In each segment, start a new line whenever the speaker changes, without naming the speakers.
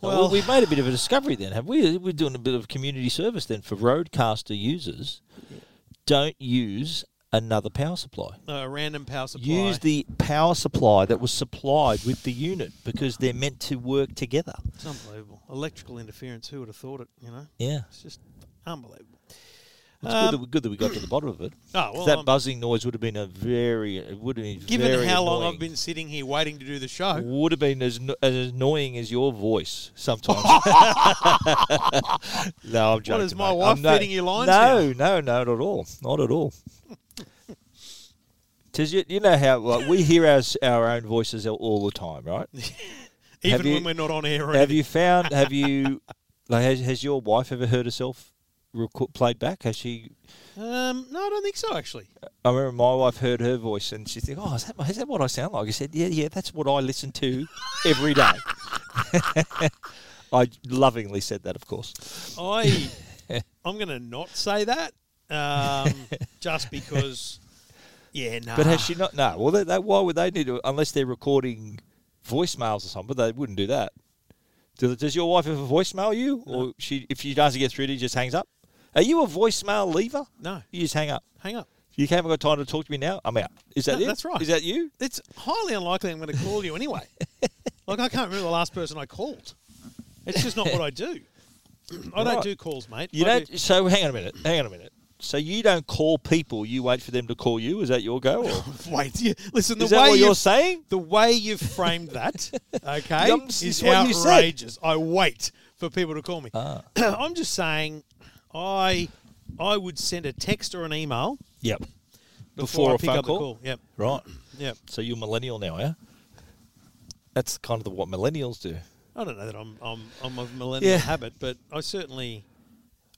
Well, we've made a bit of a discovery then, have we? We're doing a bit of community service then for roadcaster users. Don't use another power supply.
No, a random power supply.
Use the power supply that was supplied with the unit because they're meant to work together.
It's unbelievable. Electrical interference. Who would have thought it? You know,
Yeah.
it's just unbelievable.
It's
Um,
good, that we, good that we got to the bottom of it.
Oh
'Cause
well,
that
I'm-
buzzing noise would have been a very, it would have been
given
very
how long
annoying.
I've been sitting here waiting to do the show,
would have been as, no- as annoying as your voice sometimes. no, I'm joking.
is my
mate.
wife
I'm no-
feeding you lines
No, no, no, not at all. Not at all. 'Tis you, you know how like, we hear our, s- our own voices all- all the time, right?
even
Mm. you-
when we're not on air, or
have
anything.
you found? Have you? Like, has, has your wife ever heard herself reco- played back? Has she?
Um, no, I don't think so. Actually,
I remember my wife heard her voice and she thinks, "Oh, is that, my- is that what I sound like?" I said, "Yeah, yeah, that's what I listen to every day." I lovingly said that, of course.
I I'm going to not say that, um, just because. Yeah, no.
But has she not? No. Well, that, that why would they need to? Unless they're recording voicemails or something, but they wouldn't do that. Do, does your wife have a voicemail you, or she? If she doesn't get through, to you, just hangs up. Are you a voicemail lever?
No,
You just hang up.
hang up.
You haven't got time to talk to me now. I'm out. Is that
No,
it?
that's right.
Is that you?
It's highly unlikely I'm going to call you anyway. like I can't remember the last person I called. It's just not what I do. I don't
Right.
do calls, mate.
You
I
don't.
do-
So hang on a minute. Hang on a minute. So you don't call people. You wait for them to call you. Is that your go? Or
wait. You, listen, the
is that
way
what
you
you're saying?
the way you've framed that, okay,
Yum, it's
is
what you said. Ah.
outrageous. I wait for people to call me. I'm just saying, I I would send a text or an email
Yep.
before,
a
I pick
phone
up the call. Yep,
Right.
yep.
So you're millennial now, yeah? That's kind of the, what millennials do.
I don't know that I'm I'm I'm of millennial
Yeah.
habit, but I certainly.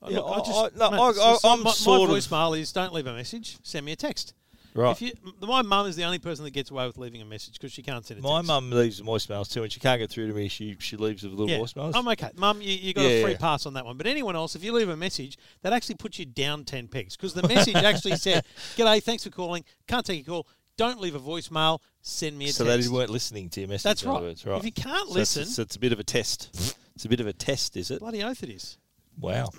I-
Yeah,
look, I
I-
just,
I- no,
mate,
I-
so-
I-
so
I'm
my, my
sort of-
voicemail is don't leave a message, send me a text.
Right.
If you, m- my mum is the only person that gets away with leaving a message because she can't send a
My
text.
mum leaves voicemails too, and she can't get through to me. She she leaves with little
Yeah,
voicemails.
I'm okay. Mum, you, you got
Yeah,
a
yeah,
free
yeah.
pass on that one. But anyone else, if you leave a message, that actually puts you down 10 pegs because the message actually said, G'day, thanks for calling. Can't take your call. Don't leave a voicemail. Send me a
so
text.
they weren't listening to your message.
That's
in other
right.
words, right.
If you can't
So it's-
listen-
it's, it's a bit of a test. It's a bit of a test, is it?
Bloody oath it is.
Wow.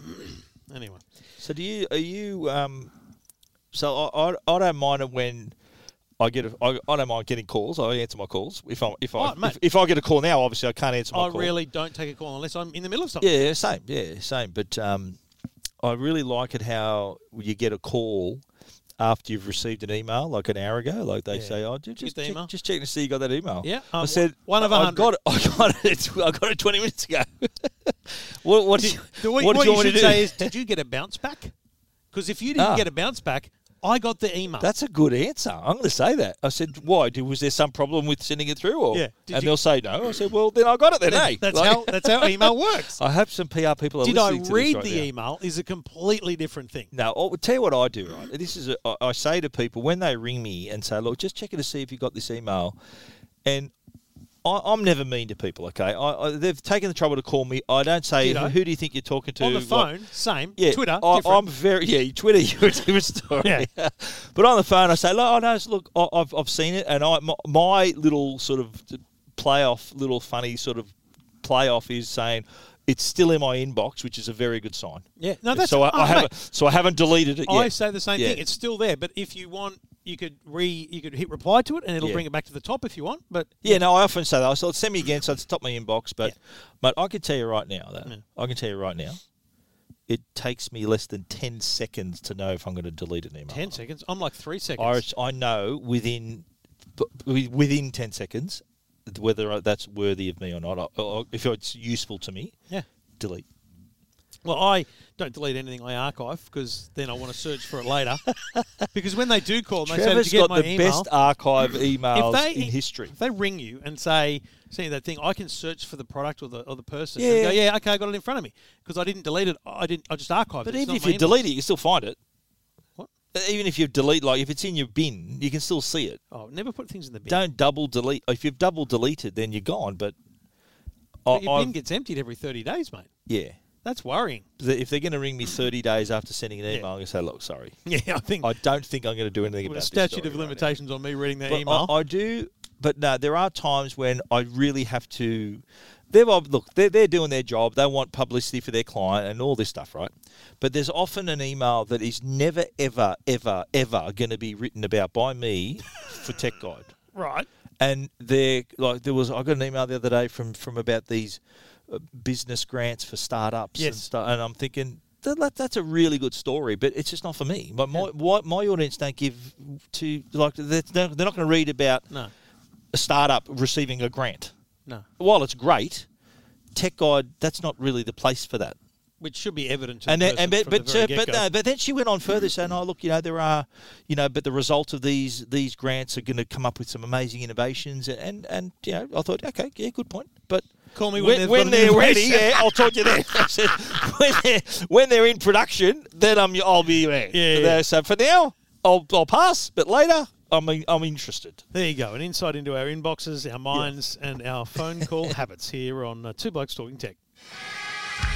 Anyway.
So do you are you um? So I I, I don't mind it when. I get a, I, I don't mind getting calls. I answer my calls if I if I
Oh, mate.
if, if I get a call now. Obviously, I can't answer my
I
call.
really don't take a call unless I'm in the middle of something.
Yeah, yeah, same. Yeah, same. But um, I really like it how you get a call after you've received an email, like an hour ago. Like they
Yeah.
say, "Oh, ju-
you get
just
the
check,
email?
just checking to see you got that email."
Yeah,
I
um,
said
one of a
"I- I've
hundred."
got it. I got it. I got it twenty minutes ago. what what, did, you,
The way-
what, did
what,
you,
you
want
should
to do?
say is, did you get a bounce back? Because if you didn't
Ah.
get a bounce back, I got the email.
That's a good answer. I'm going to say that. I said, "Why? Did, was there some problem with sending it through?" Or
Yeah. Did
and
you-
they'll say no. I said, "Well, then I got it then." eh?
That- that's,
Like-
how, that's how email works.
I hope some PR people are
Did I
listening to this
read
right
the
now.
email is a completely different thing.
No, I'll tell you what I do. Right, this is a, I, I say to people when they ring me and say, "Look, just checking to see if you got this email," and I, I'm never mean to people. Okay, I, I, they've taken the trouble to call me. I don't say,
Ditto.
"Who do you think you're talking to?"
on the
Like,
phone, same.
yeah,
Twitter,
I,
different.
I'm very yeah. Twitter, you're a different story.
Yeah.
but on the phone, I say, "Look, I know. it's- Look, I, I've I've seen it, and I my, my little sort of playoff, little funny sort of playoff is saying." It's still in my inbox, which is a very good sign.
Yeah. No, that's-
so I,
oh,
I haven't.
mate.
So I haven't deleted it yet.
I say the same
Yeah.
thing. It's still there, but if you want, you could re you could hit reply to it, and it'll
Yeah.
bring it back to the top if you want. But
Yeah, no, I often say that. I said, send me again, so it's top of my inbox. But, but I can tell you right now, though, I can tell you right now, it takes me less than 10 seconds to know if I'm going to delete an email.
ten seconds, I'm like three seconds.
I, I know within b- within 10 seconds whether that's worthy of me or not. Or, or if it's useful to me,
Yeah.
delete.
Well, I don't delete anything. I archive because then I want to search for it later. because when they do call, and they say, "Did
Trevor's
you get
got
my
the
email?"
best archive
if
emails
they
in history.
if they ring you and say, "See that thing," I can search for the product or the or the person.
Yeah.
and go, yeah, okay, I got it in front of me because I didn't delete it. I didn't. I just archived.
But
it. It's
even
not
if
my
you
inbox.
delete it, you can still find it. Uh,
What?
Even if you delete, like if it's in your bin, you can still see it.
oh, never put things in the bin.
don't double delete. If you've double deleted, then you're gone. But, I,
But your bin
I've-
gets emptied every thirty days, mate.
yeah,
That's worrying.
The- if they're going to ring me 30 days after sending an email, I'm going to say, look, sorry,
Yeah, I think
I don't think I'm going to do anything about
with a
this
statute
story
of
right now."
limitations on me reading that
But
email.
I, I do, but no, there are times when I really have to they're ob- look, they're, they're doing their job. They want publicity for their client and all this stuff, right? But there's often an email that is never, ever, ever, ever going to be written about by me for Tech Guide.
Right.
And they're like, there was I got an email the other day from from about these uh, business grants for startups and
Yes.
stuff, and I'm thinking. That, that, that's a really good story, but it's just not for me. But my, my, my audience don't give to like they're, they're not going to read about
No.
a startup receiving a grant.
No.
While it's great, Tech Guide that's not really the place for that.
Which should be evident to
And
the
then,
person
and but
from
but
the very
uh, but
get-go.
no, but then she went on further saying, "Oh look, you know there are, you know, but the results of these these grants are going to come up with some amazing innovations." And and, and you know, I thought, okay, yeah, good point. But
Call me when
when, when
they've got an
they're ready,
innovation.
yeah, I'll talk to you then. I said, when they're when they're in production, then I'm I'll be there.
Yeah, yeah.
So for now, I'll I'll pass, but later I'm I'm interested.
There you go. An insight into our inboxes, our minds, and our phone call habits here on uh, Two Blokes Talking Tech.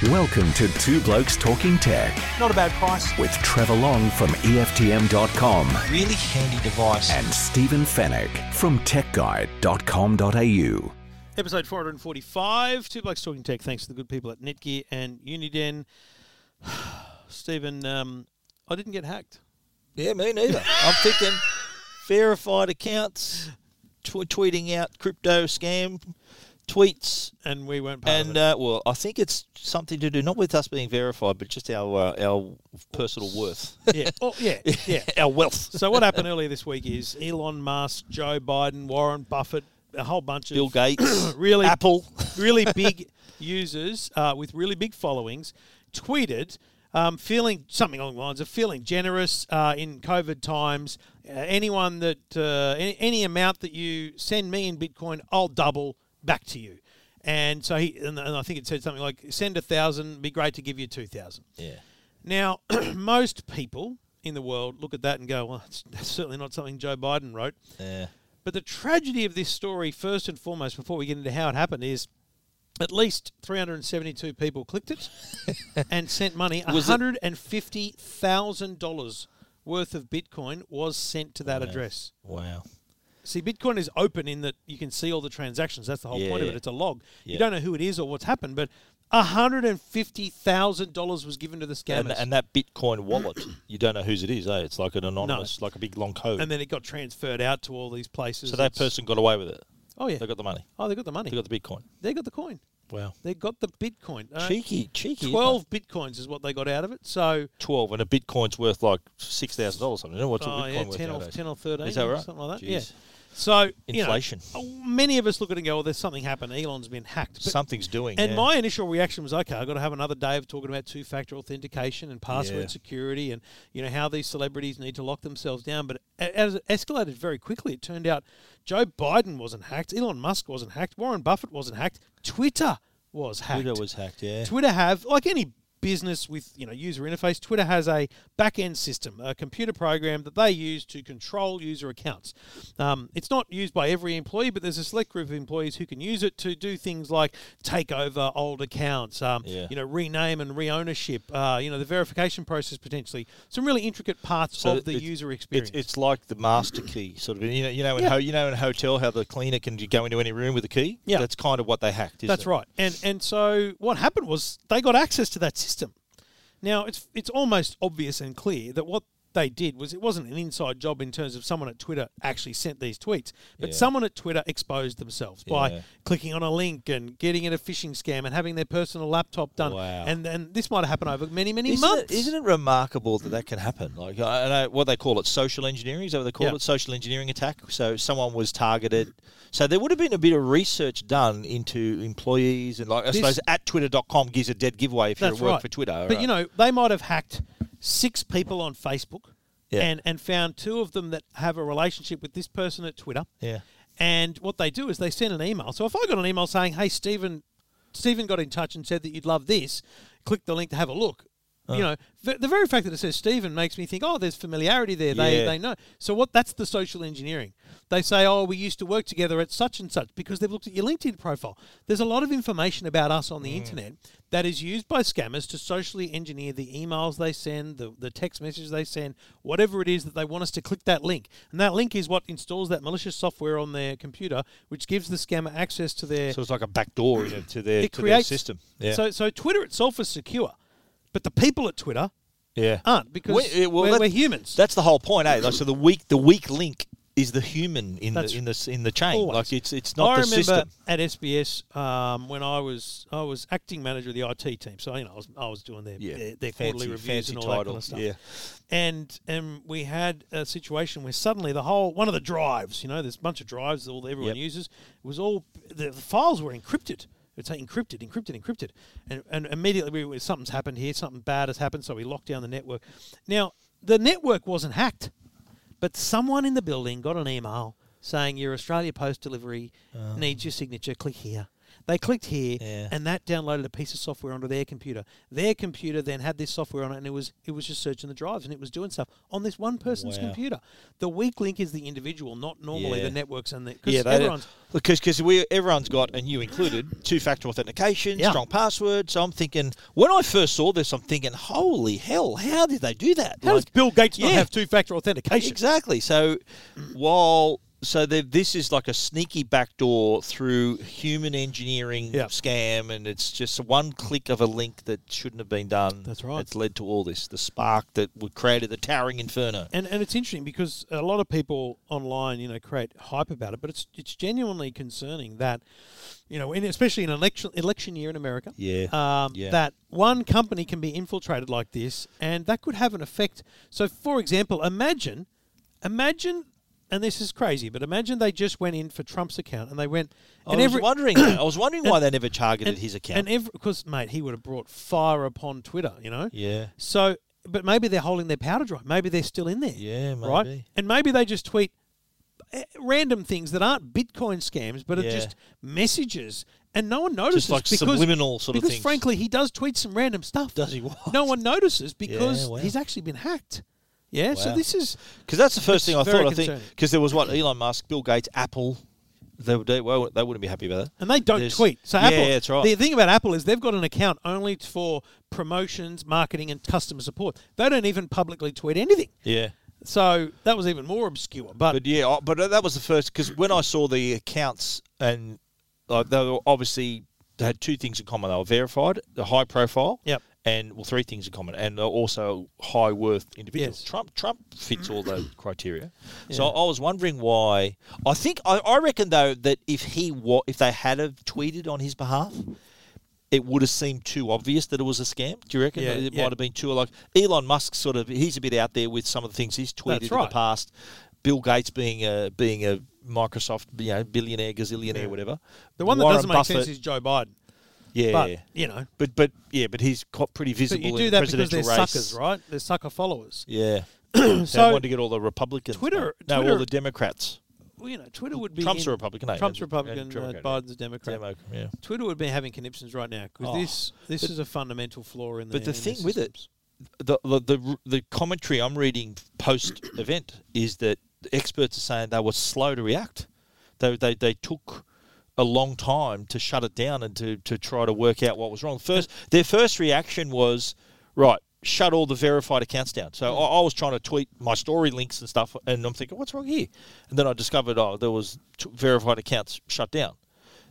Welcome to Two Blokes Talking Tech
Not a bad price.
with Trevor Long from E EFTM.com
Really handy device.
and Stephen Fennec from TechGuide.com.au.
Episode 445, Two Blokes Talking Tech. Thanks to the good people at Netgear and Uniden. Stephen, um, I didn't get hacked.
Yeah, me neither. I'm thinking verified accounts, tw- tweeting out crypto scam tweets,
And we weren't part
and
of it.
uh, well, I think it's something to do not with us being verified, but just our uh, our personal worth,
yeah. Oh, yeah. Yeah.
our wealth.
So what happened earlier this week is Elon Musk, Joe Biden, Warren Buffett, a whole bunch of
Bill Gates,
really
Apple.
really big users uh, with really big followings tweeted um, feeling something along the lines of feeling generous uh, in COVID times. Uh, anyone that uh, any, any amount that you send me in Bitcoin, I'll double back to you. And so he and, and I think it said something like send a thousand, be great to give you two thousand.
Yeah,
Now, most people in the world look at that and go, well, that's, that's certainly not something Joe Biden wrote.
yeah,
But the tragedy of this story, first and foremost, before we get into how it happened, is at least 372 people clicked it and sent money.
Was it-
$150,000 worth of Bitcoin was sent to that address.
wow.
See, Bitcoin is open in that you can see all the transactions. That's the whole point of
Yeah.
it. It's a log.
Yeah.
You don't know who it is or what's happened, but $150,000 was given to the scammers.
And, and that Bitcoin wallet, you don't know whose it is, eh? It's like an anonymous, like a big long code.
and then it got transferred out to all these places.
so that
It's-
person got away with it.
oh yeah,
They got the money.
oh they got the money,
They got the Bitcoin.
they got the coin,
Wow.
they got the Bitcoin. Uh,
Cheeky, cheeky. isn't it?
Twelve bitcoins is what they got out of it. So
12 and a bitcoin's worth like $6,000 or something. What's a
oh,
bitcoin
yeah,
worth
ten or
nowadays?
ten or thirteen,
Is that
or
right?
something like that.
Jeez.
Yeah. So you know, uh,
Inflation.
many of us look at it and go, "Well, there's something happened. Elon's been hacked." But-
Something's doing.
and
yeah.
my initial reaction was, "Okay, I've got to have another day of talking about two-factor authentication and password
Yeah.
security, and you know how these celebrities need to lock themselves down." But a- as it escalated very quickly, it turned out Joe Biden wasn't hacked, Elon Musk wasn't hacked, Warren Buffett wasn't hacked, Twitter was hacked.
Twitter was hacked, yeah.
Twitter have like any business with you know user interface twitter has a back-end system a computer program that they use to control user accounts um, it's not used by every employee but there's a select group of employees who can use it to do things like take over old accounts um,
Yeah.
you know rename and re-ownership uh, you know the verification process potentially some really intricate parts of the
it's-
user experience
It's, it's like the master key, sort of. You know, you know, in
Yeah.
ho- you know, in a hotel, how the cleaner can go into any room with a key.
Yeah.
that's kind of what they hacked. Isn't
That's
it?
right. And and so what happened was they got access to that system. Now it's it's almost obvious and clear that what they did was it wasn't an inside job in terms of someone at Twitter actually sent these tweets, but
Yeah.
someone at Twitter exposed themselves
Yeah.
by clicking on a link and getting in a phishing scam and having their personal laptop done.
Wow.
And and this might have happened over many many
Isn't it,
months.
isn't it remarkable that that can happen? Like, I I know what they call it, social engineering. Is that what they call
Yeah.
it? Social engineering attack. So someone was targeted. So there would have been a bit of research done into employees and, like, I
This-
suppose at Twitter.com gives a dead giveaway if you're at
That's
work
right.
for Twitter.
But
right?
you know, they might have hacked six people on Facebook
Yeah.
and, and found two of them that have a relationship with this person at Twitter.
Yeah.
And what they do is they send an email. So if I got an email saying, Hey Stephen Stephen got in touch and said that you'd love this, click the link to have a look. you know, the, the very fact that it says Stephen makes me think, oh, there's familiarity there. They
Yeah.
they know. So what? That's the social engineering. They say, oh, we used to work together at such and such because they've looked at your LinkedIn profile. There's a lot of information about us on the
Mm.
internet that is used by scammers to socially engineer the emails they send, the, the text messages they send, whatever it is that they want us to click that link. And that link is what installs that malicious software on their computer, which gives the scammer access to their
So it's like a back door isn't it, to their
it
to
creates
their system. Yeah.
So so Twitter itself is secure, but the people at Twitter
yeah.
aren't because
We-
we,
yeah, well,
are
that-
we're humans.
That's the whole point, eh? Like, so the weak the weak link is the human in
That's
the in the s- in the chain.
Always.
Like it's it's not
I
the
remember
system.
at SBS um, when I was I was acting manager of the IT team, so you know I was, I was doing their
Yeah.
their, their
Fancy-
quarterly reviews
fancy
and all that kind of
titles,
stuff.
yeah.
and and we had a situation where suddenly the whole one of the drives, you know, there's a bunch of drives that all everyone
Yep.
uses, was all the, the files were encrypted. It's encrypted, encrypted, encrypted, and and immediately we, we- something's happened here, something bad has happened, so we locked down the network. Now the network wasn't hacked, but someone in the building got an email saying your Australia Post delivery needs your signature. Click here. They clicked here,
Oh. Yeah.
and that downloaded a piece of software onto their computer. Their computer then had this software on it, and it was it was just searching the drives, and it was doing stuff on this one person's
Wow.
computer. The weak link is the individual, not normally
Yeah.
the networks and the
Yeah,
because
they
everyone's
because because we everyone's got and you included two factor authentication,
Yeah.
strong password. So I'm thinking when I first saw this, I'm thinking, holy hell, how did they do that?
how does
Like,
Bill Gates not
yeah.
have two factor authentication?
Exactly. So while so the- this is like a sneaky backdoor through human engineering
Yeah.
scam, and it's just one click of a link that shouldn't have been done.
That's right.
That's led to all this, the spark that would created the towering inferno.
And and it's interesting because a lot of people online, you know, create hype about it, but it's it's genuinely concerning that, you know, in, especially in election election year in America,
Yeah.
um,
Yeah.
that one company can be infiltrated like this, and that could have an effect. So, for example, imagine, imagine. And this is crazy, but imagine they just went in for Trump's account and they went.
I
and
was
every,
wondering. that. I was wondering why they never targeted
and-
Oh, his account.
And every, because mate, he would have brought fire upon Twitter, you know.
Yeah.
So, but maybe they're holding their powder dry. Maybe they're still in there.
Yeah,
Right.
maybe.
And maybe they just tweet eh, random things that aren't Bitcoin scams, but are
Yeah.
just messages, and no one notices.
like
because,
subliminal sort of
Because
things.
frankly, he does tweet some random stuff.
Does he what?
No one notices because
wow.
he's actually been hacked. Yeah. So
Wow.
this is
Because that's the first thing I
It's very
thought. I think
concerning.
because there was what Elon Musk, Bill Gates, Apple. They, would- they, well, they wouldn't be happy about that.
And they don't
There's-
tweet. So
yeah,
Apple,
yeah, that's right.
The thing about Apple is they've got an account only for promotions, marketing, and customer support. They don't even publicly tweet anything.
yeah,
So that was even more obscure. But,
but yeah, I- but that was the first because when I saw the accounts and like they were obviously they had two things in common. They were verified, the high profile.
Yep.
And well, three things in common, and they're also high worth individuals.
Yes.
Trump Trump fits all the criteria. So I was wondering why. I think I, I reckon though that if he wa- if they had have tweeted on his behalf, it would have seemed too obvious that it was a scam. Do you reckon?
Yeah,
that it
yeah.
might have been too like Elon Musk sort of he's a bit out there with some of the things he's tweeted in
right.
the past. Bill Gates being a being a Microsoft you know billionaire gazillionaire
Yeah.
whatever.
the one that
Warren
doesn't make
Buffett,
sense is Joe Biden.
yeah,
But, you know,
but but yeah, but he's quite pretty
but
visible
you
in
do
the
that because
presidential
they're
race.
suckers, right? They're sucker followers.
Yeah, so
So-
I wanted to get all the Republicans,
Twitter-
no,
Twitter-
all the Democrats,
Well, you know, Twitter would be.
Trump's
in-
a Republican, eh?
Trump's
And-
Republican,
and
uh,
Democrat, yeah.
Biden's Democrat.
Demo, yeah.
Twitter would be having conniptions right now because
Oh.
this, this is a fundamental flaw in the
But the thing with it,
systems.
the the the, the commentary I'm reading post event is that the experts are saying they were slow to react. They they they took a long time to shut it down and to to try to work out what was wrong. First, their first reaction was right. Shut all the verified accounts down. So I, I was trying to tweet my story links and stuff, and I'm thinking, what's wrong here? And then I discovered, oh, there was t- verified accounts shut down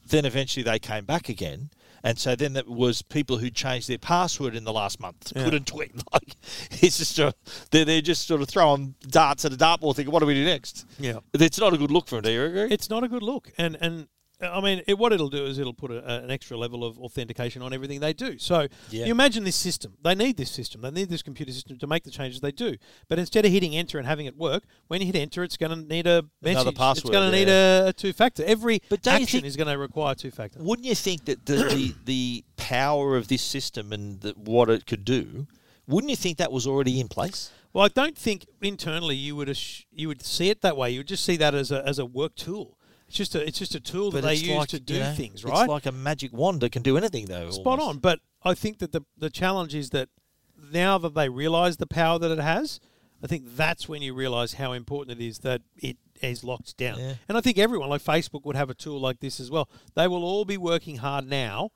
then eventually they came back again. And so then that was people who changed their password in the last month couldn't tweet. Like it's just a, they're, they're just sort of throwing darts at a dartboard, thinking, "What do we do next?"
Yeah.
it's not a good look for them. Do you agree?
It's not a good look, and and uh, I mean, it, what it'll do is it'll put a, a- an extra level of authentication on everything they do. So
Yeah.
you imagine this system. They need this system. They need this computer system to make the changes they do. But instead of hitting enter and having it work, when you hit enter, it's going to need a message. It's
password,
going to need a, a two factor. Every
But don't you
action
think-
is going to require two factor.
Wouldn't you think that the the, the power of this system and the, what it could do? Wouldn't you think that was already in place?
Well, I don't think internally you would ass- you would see it that way. You would just see that as a as a work tool. It's just a it's just a tool that they
it's
use to
you
do
know,
things,
It's
right?
like a magic wand that can do anything, though.
Spot
almost.
on. But I think that the the challenge is that now that they realise the power that it has, I think that's when you realise how important it is that it is locked down.
Yeah.
And I think everyone, like Facebook, would have a tool like this as well. They will all be working hard now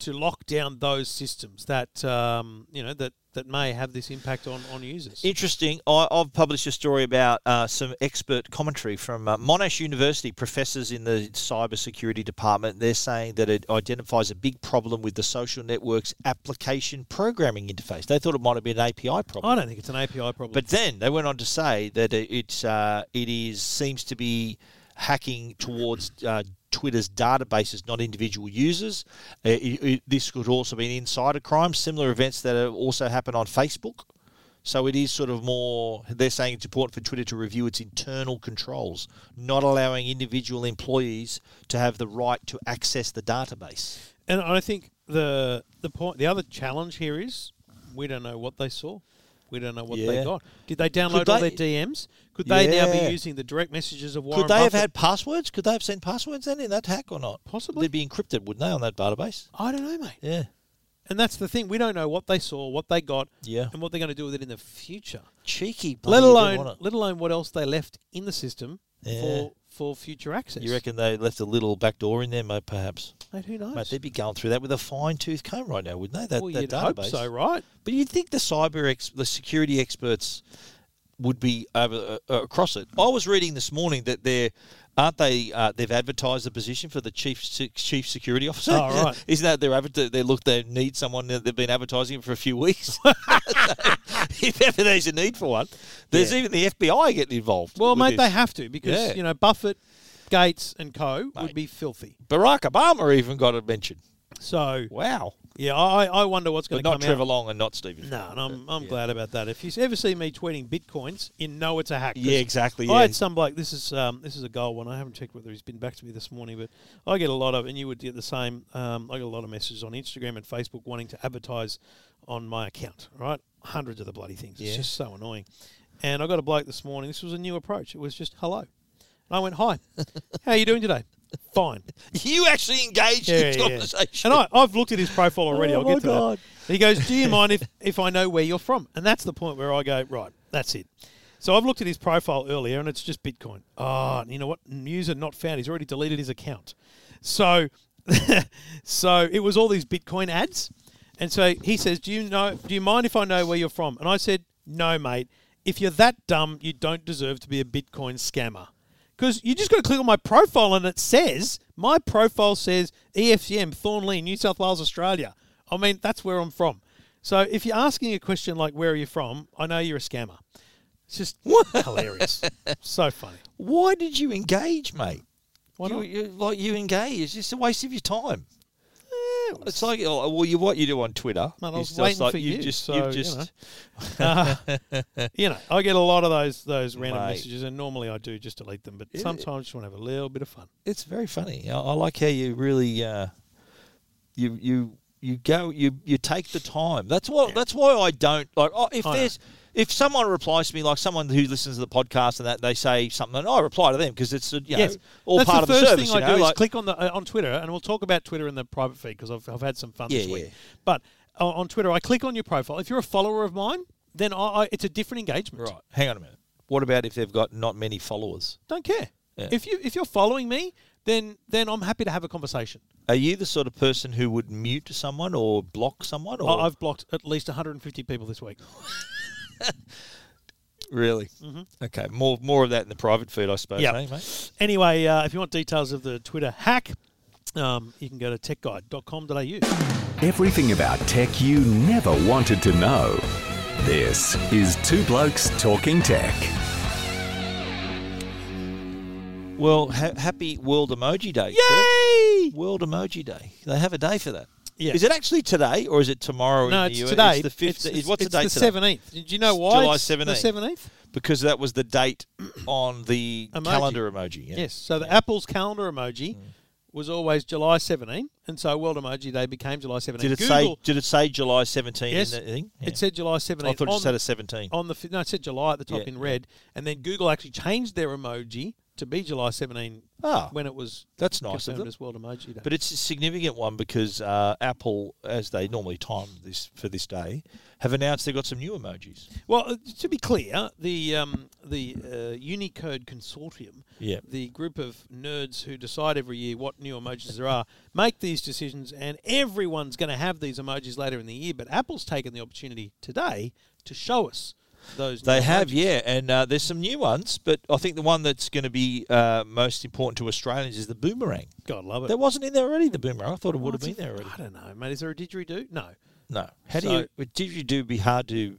to lock down those systems that um, you know that that may have this impact on on users.
Interesting. I, I've published a story about uh, some expert commentary from uh, Monash University professors in the cybersecurity department. They're saying that it identifies a big problem with the social network's application programming interface. They thought it might have been an API problem.
I don't think it's an API problem.
But then they went on to say that it- it's uh, it is seems to be hacking towards uh, Twitter's databases, not individual users. Uh, it- it- this could also be an insider crime, similar events that have also happened on Facebook. So it is sort of more. They're saying it's important for Twitter to review its internal controls, not allowing individual employees to have the right to access the database.
and I think the the point the other challenge here is we don't know what they saw. We don't know what
Yeah.
they got. Did they download
Could
all
they-
their DMs? Could they now
Yeah.
be using the direct messages of Warren
Could they have
Buffett?
had passwords? Could they have seen passwords then in that hack or not?
Possibly.
They'd be encrypted, wouldn't they, on that database?
I don't know, mate.
Yeah.
And that's the thing. We don't know what they saw, what they got,
Yeah.
and what they're going to do with it in the future.
cheeky.
Let
bloody
alone,
didn't want
let alone what else they left in the system
Yeah.
for for future access.
it. you reckon they left a little back door in there, mate? Perhaps,
Mate, who knows?
mate. They'd be going through that with a fine tooth comb right now, wouldn't they? That,
well,
that
you'd
database.
hope so, right?
But you'd think the cyber ex- the security experts would be over uh, uh, across it. I was reading this morning that they're aren't they uh, they've advertised the position for the chief se- chief security officer.
Oh, right.
Isn't that they're adver- they look they need someone that they've been advertising it for a few weeks. if ever there's a need for one, there's even the FBI getting involved.
Well,
with
mate,
this.
they have to because
Yeah.
you know Buffett, Gates, and Co.
Mate.
would be filthy.
Barack Obama even got a mention.
So
Wow.
yeah, I, I wonder what's going
But
to come
not Trevor
out.
Long and not Stephen.
No, and I'm, I'm
Yeah.
glad about that. If you ever see me tweeting bitcoins, you know it's a hack. 'cause
Yeah, exactly.
I
Yeah.
had some bloke. This is um, this is a goal one. I haven't checked whether he's been back to me this morning, but I get a lot of, and you would get the same. Um, I get a lot of messages on Instagram and Facebook wanting to advertise on my account. Right, hundreds of the bloody things. It's
Yeah.
just so annoying. And I got a bloke this morning. This was a new approach. It was just hello. And I went hi. How are you doing today? Fine.
You actually engaged in
Yeah,
this
yeah, yeah.
conversation.
And I, I've looked at his profile already.
Oh,
I'll
my
get to
God.
that. He goes, "Do you mind if, if I know where you're from?" And that's the point where I go, "Right, that's it." So I've looked at his profile earlier, and it's just Bitcoin. Ah, you know what? User not found. He's already deleted his account. So, so it was all these Bitcoin ads, and so he says, "Do you know? Do you mind if I know where you're from?" And I said, "No, mate. If you're that dumb, you don't deserve to be a Bitcoin scammer." Because you just got to click on my profile and it says, my profile says E EFCM, Thornley, New South Wales, Australia. I mean, that's where I'm from. So if you're asking a question like, where are you from? I know you're a scammer. It's just hilarious. So funny.
Why did you engage, mate?
Why
you,
not?
you- like you engage, it's just a waste of your time. It's like oh, well, you what you do on Twitter.
Man,
is
I was
just
waiting
like
for you,
just,
so,
you
you
just,
know. You know, I get a lot of those those random
Mate.
messages, and normally I do just delete them, but sometimes I just want to have a little bit of fun.
it's very funny. I, I like how you really, uh, you you you go you you take the time. That's why that's why I don't like oh, if
I know.
there's if someone replies to me like someone who listens to the podcast and that they say something, I reply to them because it's uh, you know, all
That's
part
the
of
first
the service.
thing
you
I
know,
do
like-
is click on the uh, on Twitter, and we'll talk about Twitter in the private feed because I've, I've had some fun this
Yeah,
week.
yeah.
But uh, on Twitter, I click on your profile. If you're a follower of mine, then I, I, it's a different engagement.
right, hang on a minute. What about if they've got not many followers?
Don't care.
Yeah.
If you if you're following me, then then I'm happy to have a conversation.
Are you the sort of person who would mute someone or block someone? Or
I, I've blocked at least 150 people this week.
really
Mm-hmm.
okay. More more of that in the private feed, I suppose.
Yep.
eh, mate.
Anyway, uh, if you want details of the Twitter hack, um, you can go to techguide.com.au.
Everything about tech you never wanted to know. This is Two Blokes Talking Tech.
Well, ha- happy World Emoji Day. Yay!
Yay!
World Emoji Day. They have a day for that. Is
Yeah.
it actually today or is it tomorrow
No,
in
it's
the US?
today.
It's the fifth.
It's-
what's
it's
the date
the
today?
seventeenth. Do you know
It's
why?
July
it's
17th.
The seventeenth.
Because that was the date on the
Emoji.
calendar emoji. Yeah. Mm.
Yes. So the Apple's calendar emoji was always July 17, and so World Emoji Day became July 17.
Did it say?
Google,
Did it say July 17?
Yes.
In the thing? Yeah.
It said July 17.
I thought it
on,
just had a 17.
on the fi- no, it said July at the top
Yeah,
in red, and then Google actually changed their emoji to be July 17
Ah,
when it was
that's nice of
confirmed
them.
as World Emoji Day.
But it's a significant one because uh, Apple, as they normally time this for this day, have announced they've got some new emojis.
Well, uh, to be clear, the um, the uh, Unicode Consortium,
Yeah.
the group of nerds who decide every year what new emojis there are, make these decisions, and everyone's going to have these emojis later in the year. But Apple's taken the opportunity today to show us those.
They
new
have,
emojis.
yeah, and uh, there's some new ones, but I think the one that's going to be uh, most important to Australians is the boomerang.
God love it.
That wasn't in there already. The boomerang. I thought it would have
What's
been
it-
there already.
I don't know, mate. Is there a didgeridoo? No.
No. How
So-
do you? Did you do be hard to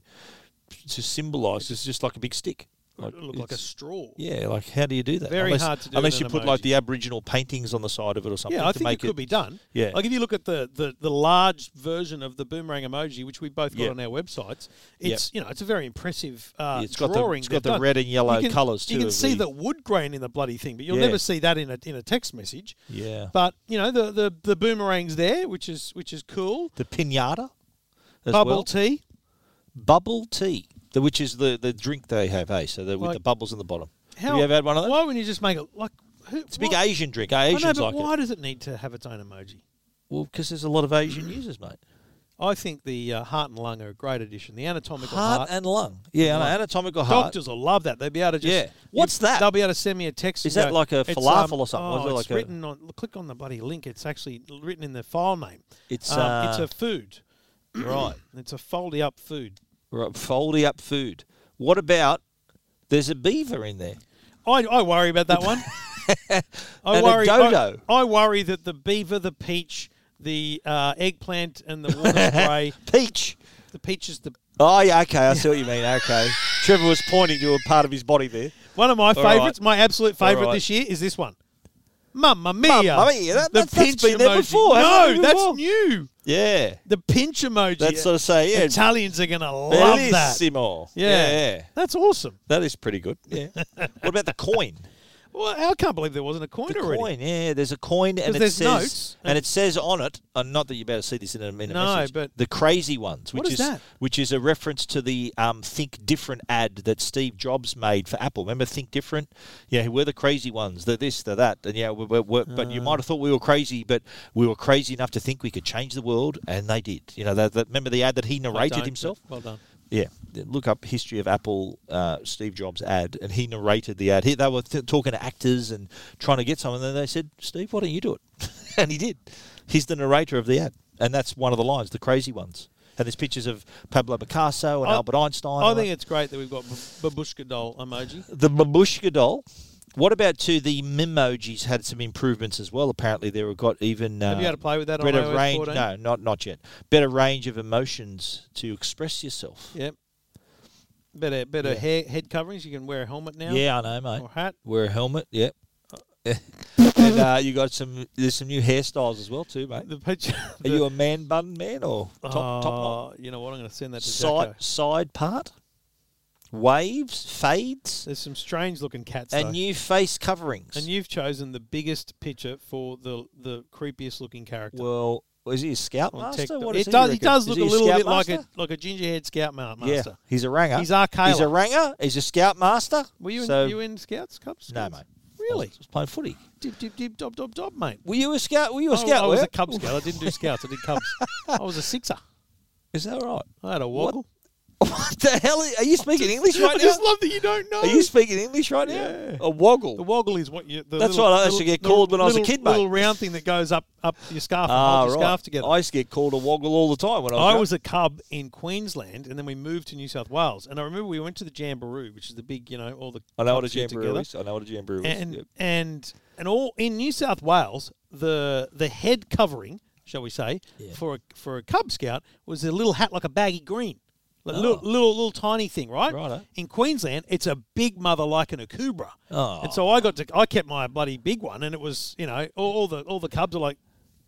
to symbolise? It's just like a big stick.
It looked like a
it's-
straw.
Yeah, like how do you do that?
Very
unless,
hard to do
Unless
with
you
an
put like
emoji.
the Aboriginal paintings on the side of it or something.
Yeah, I
to
think it
make
could be done.
Yeah.
Like if you look at the, the, the large version of the boomerang emoji, which we both got
Yeah.
on our websites,
Yeah.
it's you know it's a very impressive uh,
Yeah, it's got the-
drawing.
it's
they've
got the
done.
red and yellow
You can-
colours
You
too
can
of
see
the-
the wood grain in the bloody thing, but you'll
Yeah.
never see that in a in a text message.
Yeah.
But you know the, the, the boomerangs there, which is which is cool.
the pinata. As
Bubble
well.
tea.
bubble tea, the, which is the, the drink they have, hey? So they're with
Like-
the bubbles in the bottom. have you ever had one of those?
Why wouldn't you just make it like? Who,
It's a big Asian drink. eh?
I know,
Asians
but
like
why
it.
does it need to have its own emoji?
Well, because there's a lot of Asian users, mate.
I think the uh, heart and lung are a great addition. The anatomical
Heart, and lung. Yeah,
Lung.
an anatomical heart.
Doctors will love that. They'll be able to just.
Uh-huh. Yeah. What's that?
They'll be able to send me a text.
Is
and
that
go,
like a
"It's,
falafel
um,
or something?
Oh,
Or is it
it's
like a-
written on. Click on the bloody link. It's actually written in the file name.
It's,
um, it's
uh,
a food.
Right.
It's a foldy up food.
Right. Foldy up food. What about there's a beaver in there?
I, I worry about that one. I
And a
worry.
dodo.
I, I worry that the beaver, the peach, the uh, eggplant, and the water spray.
Peach.
the peach is the
Oh yeah, okay, I see what you mean. Okay. Trevor was pointing to a part of his body there.
one of my
right.
favourites. My absolute favourite
right.
this year is this one. Mamma mia!
Mamma mia, that- that's-
the
that's
pinch
been there
emoji.
before, hasn't
No,
it?
that's
Before.
new.
Yeah.
The pinch emoji.
That's what I say, yeah.
Italians are going to love that.
Bellissimo.
Yeah.
yeah.
That's awesome.
That is pretty good. Yeah. what about the coin?
Well, I can't believe there wasn't a coin
The
already.
coin, yeah. There's a coin, and
'Cause
it
there's
says,
notes,
and
and-
it says on it, and not that you're about to see this in a, in a
No,
message,
but-
the crazy ones, which
What is that?
which is a reference to the um, Think Different ad that Steve Jobs made for Apple. Remember Think Different? Yeah, we're the crazy ones. They're this, they're that, and yeah, we're, we're, we're- but
Uh.
you might have thought we were crazy, but we were crazy enough to think we could change the world, and they did. You know, that, that, remember the ad that he
I don't,
narrated
but
himself?
Well done.
Yeah, look up history of Apple. Uh, Steve Jobs ad, and he narrated the ad. He, they were th- talking to actors and trying to get someone. And they said, "Steve, why don't you do it?" and he did. He's the narrator of the ad, and that's one of the lines, the crazy ones. And there's pictures of Pablo Picasso and
I-
Albert Einstein.
I
and
think
like-
it's great that we've got b- babushka doll emoji.
the babushka doll. What about too? The memojis had some improvements as well. Apparently, they were got even. Uh,
Have you had to play with that on
better
iOS
range?
14?
No, not not yet. Better range of emotions to express yourself.
Yep. Better, better
Yeah.
hair, head coverings. You can wear a helmet now.
Yeah, I know, mate.
Or hat.
Wear a helmet, yep. and uh, you got some. There's some new hairstyles as well, too, mate.
The picture.
Are you a man bun man or top top
Uh, You know what? I'm going to send
knot?
that to
Side
Jacko.
side part, waves, fades,
There's some strange looking cats.
and
though.
new face coverings.
and you've chosen the biggest picture for the the creepiest looking character.
well, is he a scout
on
master?
TikTok.
What
it
is he, you
does. He
reckon?
does
Is
look
he
a little bit like a
scoutmaster?
like a gingerhead scout ma- master.
Yeah, he's a ranger.
He's our
He's a
Caleb.
ranger. He's a scout master.
Were you in,
So-
you in Scouts Cubs?
No,
Scouts?
mate. I
Really?
was, I was playing footy.
Dib dib dib dob dob dob, mate.
Were you a scout? Were you a
I-
scout?
I was
were
a
you?
Cub Scout. I didn't do Scouts. I did Cubs. I was a sixer.
Is that right?
I had a woggle.
What the hell? Are you speaking English right
I
now?
just love that you don't know.
Are you speaking English right now?
Yeah.
A woggle.
the woggle is what you. The
That's
little,
what I used to
little,
get called when I was a
little-
kid, mate.
Little round thing that goes up up your scarf and
Ah,
holds your
right.
scarf together.
I used to get called a woggle all the time when I was.
I
young.
was a cub in Queensland, and then we moved to New South Wales. And I remember we went to the Jamboree, which is the big, you know, all the
I know what a
cubs get
jamboree
together.
is. I know what a jamboree is.
and
Yep.
and and all in New South Wales, the the head covering, shall we say,
Yeah.
for a, for a Cub Scout was a little hat like a baggy green, like
Oh.
little, little little tiny thing, right?
Righto.
In Queensland, it's a big mother like an akubra,
Oh.
and so I got to I kept my bloody big one, and it was you know all, all the all the cubs are like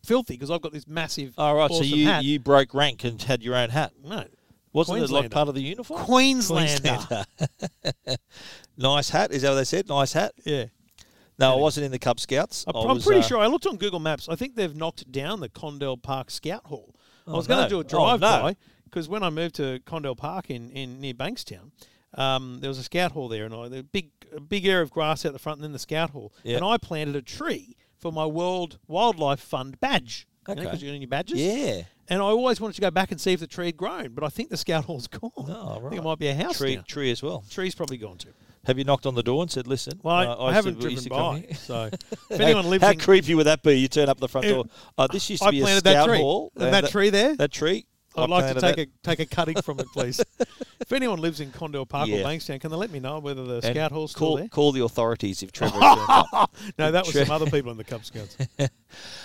filthy because I've got this massive.
All Oh, right,
awesome
so you,
hat.
you broke rank and had your own hat.
no.
Wasn't it like
Queenslander.
part of the uniform?
Queenslander.
nice hat. Is that what they said? Nice hat.
Yeah.
No, I wasn't in the Cub Scouts.
I'm,
I
I'm
was,
pretty
uh,
sure I looked on Google Maps. I think they've knocked down the Condell Park Scout Hall. I was going
no.
to do a
Oh, no.
drive by because when I moved to Condell Park in, in near Bankstown, um, there was a scout hall there, and I, the big a big area of grass out the front, and then the scout hall.
Yeah.
And I planted a tree for my World Wildlife Fund badge.
Okay.
Because you are getting your badges.
Yeah.
And I always wanted to go back and see if the tree had grown, but I think the scout hall's gone.
Oh,
I think
right.
it might be a house
Tree,
now.
tree as well.
Tree's probably gone too.
Have you knocked on the door and said, "Listen"?
Well, I,
uh,
I
used
haven't
to- used
driven
to come
by,
here."
so if
How-
anyone lives
how
in,
creepy would that be? You turn up the front
Ew.
door. Oh, this used to
I
be a
planted that
scout
tree.
hall.
And
and
that tree there?
That tree. I
I'd like to
planted
take a take a cutting from it, please. if anyone lives in Condor Park or
Yeah.
Bankstown, can they let me know whether the
and
scout hall's
call,
still there?
Call the authorities if Trevor. turns up.
No, that was
Tre-
some other people in the Cub Scouts.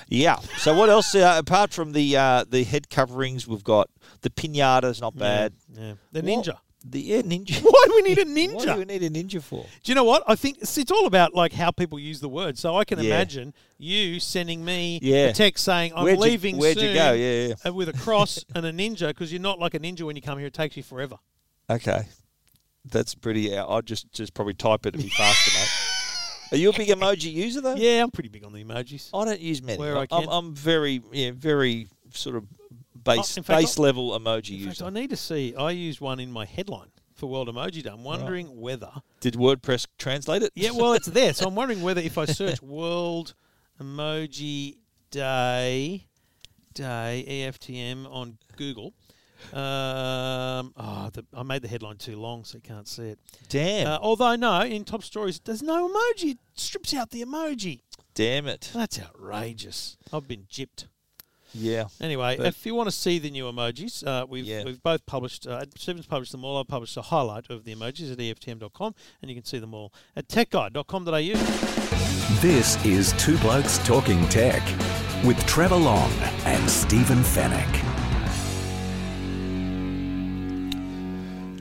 Yeah. So what else uh, apart from the uh, the head coverings? We've got the pinata's not bad.
Yeah, Mm. the
What-
ninja.
The yeah, ninja.
Why do we need a
What do
ninja?
we need a ninja for?
Do you know what? I think it's, it's all about like how people use the word. So I can
Yeah.
imagine you sending me
Yeah.
a text saying I'm
Where'd you-
leaving.
where'd you
soon,"
go? Yeah, yeah.
uh, With a cross and a ninja because you're not like a ninja when you come here. It takes you forever.
Okay, that's pretty. uh, I'd just just probably type it to be faster, mate. Are you a big emoji user though?
Yeah, I'm pretty big on the emojis.
I don't use many.
Where I
I'm,
can.
I'm very yeah very sort of base
Oh, in fact,
base level emoji
In fact,
user.
I need to see. I used one in my headline for World Emoji Day. I'm wondering whether.
Did WordPress translate it?
Yeah, well, it's there. So I'm wondering whether if I search World Emoji Day, Day E EFTM on Google. Um, oh, the, I made the headline too long, so you can't see it.
Damn.
Uh, although no, in top stories, there's no emoji. It strips out the emoji.
Damn it.
That's outrageous. I've been gypped.
Yeah.
Anyway,
But-
if you want to see the new emojis, uh, we've,
Yeah.
we've both published, uh, Stephen's published them all. I've published a highlight of the emojis at E EFTM.com, and you can see them all at techguide.com.au.
This is Two Blokes Talking Tech with Trevor Long and Stephen Fennec.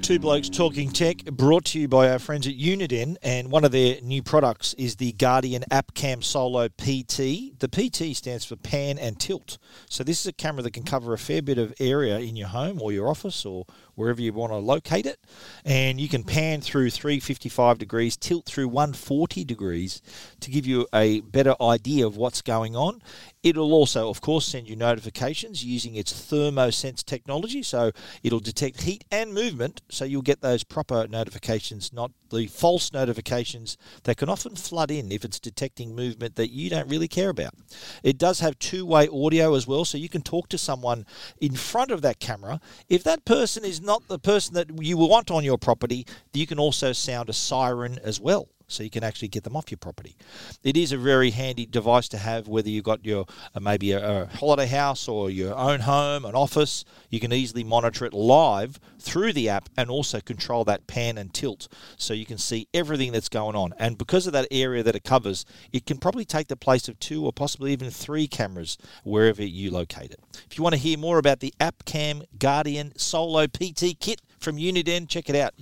Two Blokes Talking Tech brought to you by our friends at Uniden, and one of their new products is the Guardian AppCam Solo PT. The PT stands for pan and tilt. So, this is a camera that can cover a fair bit of area in your home or your office or wherever you want to locate it. And you can pan through 355 degrees, tilt through 140 degrees to give you a better idea of what's going on. It'll also, of course, send you notifications using its thermosense technology. So it'll detect heat and movement, so you'll get those proper notifications, not the false notifications that can often flood in if it's detecting movement that you don't really care about. It does have two way audio as well, so you can talk to someone in front of that camera. If that person is not the person that you want on your property, you can also sound a siren as well so you can actually get them off your property. It is a very handy device to have, whether you've got your uh, maybe a, a holiday house or your own home, an office. You can easily monitor it live through the app and also control that pan and tilt, so you can see everything that's going on. And because of that area that it covers, it can probably take the place of two or possibly even three cameras wherever you locate it. If you want to hear more about the AppCam Guardian Solo PT kit from Uniden, check it out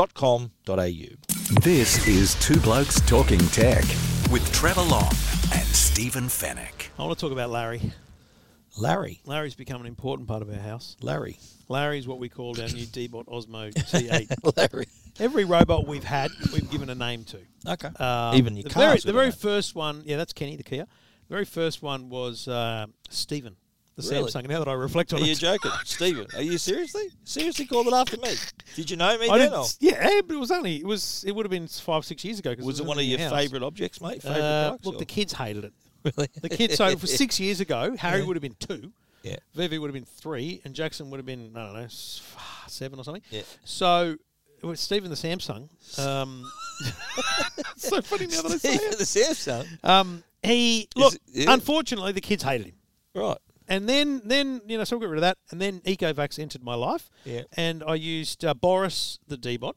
uniden.com.au.
This is Two Blokes Talking Tech with Trevor Long and Stephen Fennec.
I want to talk about Larry.
Larry.
Larry's become an important part of our house.
Larry.
Larry's what we called our new Dbot Osmo T8.
Larry.
Every robot we've had, we've given a name to.
Okay.
Um,
Even your
the
cars.
very,
with
the
a
very
name.
first one, yeah, that's Kenny, the Kia. The very first one was uh, Stephen, the
Really?
Samsung. Now that I reflect on
Are you
it,
joking, Stephen? Are you seriously? Seriously called it after me? Did you know me
I
then?
didn't,
Or
s- yeah, eh, but it was only it was it would have been five six years ago. 'cause
was it
was
one
in
of your
house.
favourite objects, mate? Favourite
Uh,
products?
look,
or-
the kids hated it.
Really?
The kids. So for six years ago, Harry
Yeah.
would have been two.
Yeah.
Vivi would have been three, and Jackson would have been I don't know s- ah, seven or something.
Yeah.
So it was Stephen the Samsung. Um, so funny now that I say
Stephen
it.
the Samsung.
Um, he look.
it- yeah.
Unfortunately, the kids hated him.
Right.
And then, then you know, so I got rid of that. And then Ecovax entered my life.
Yeah.
And I used uh, Boris the Dbot.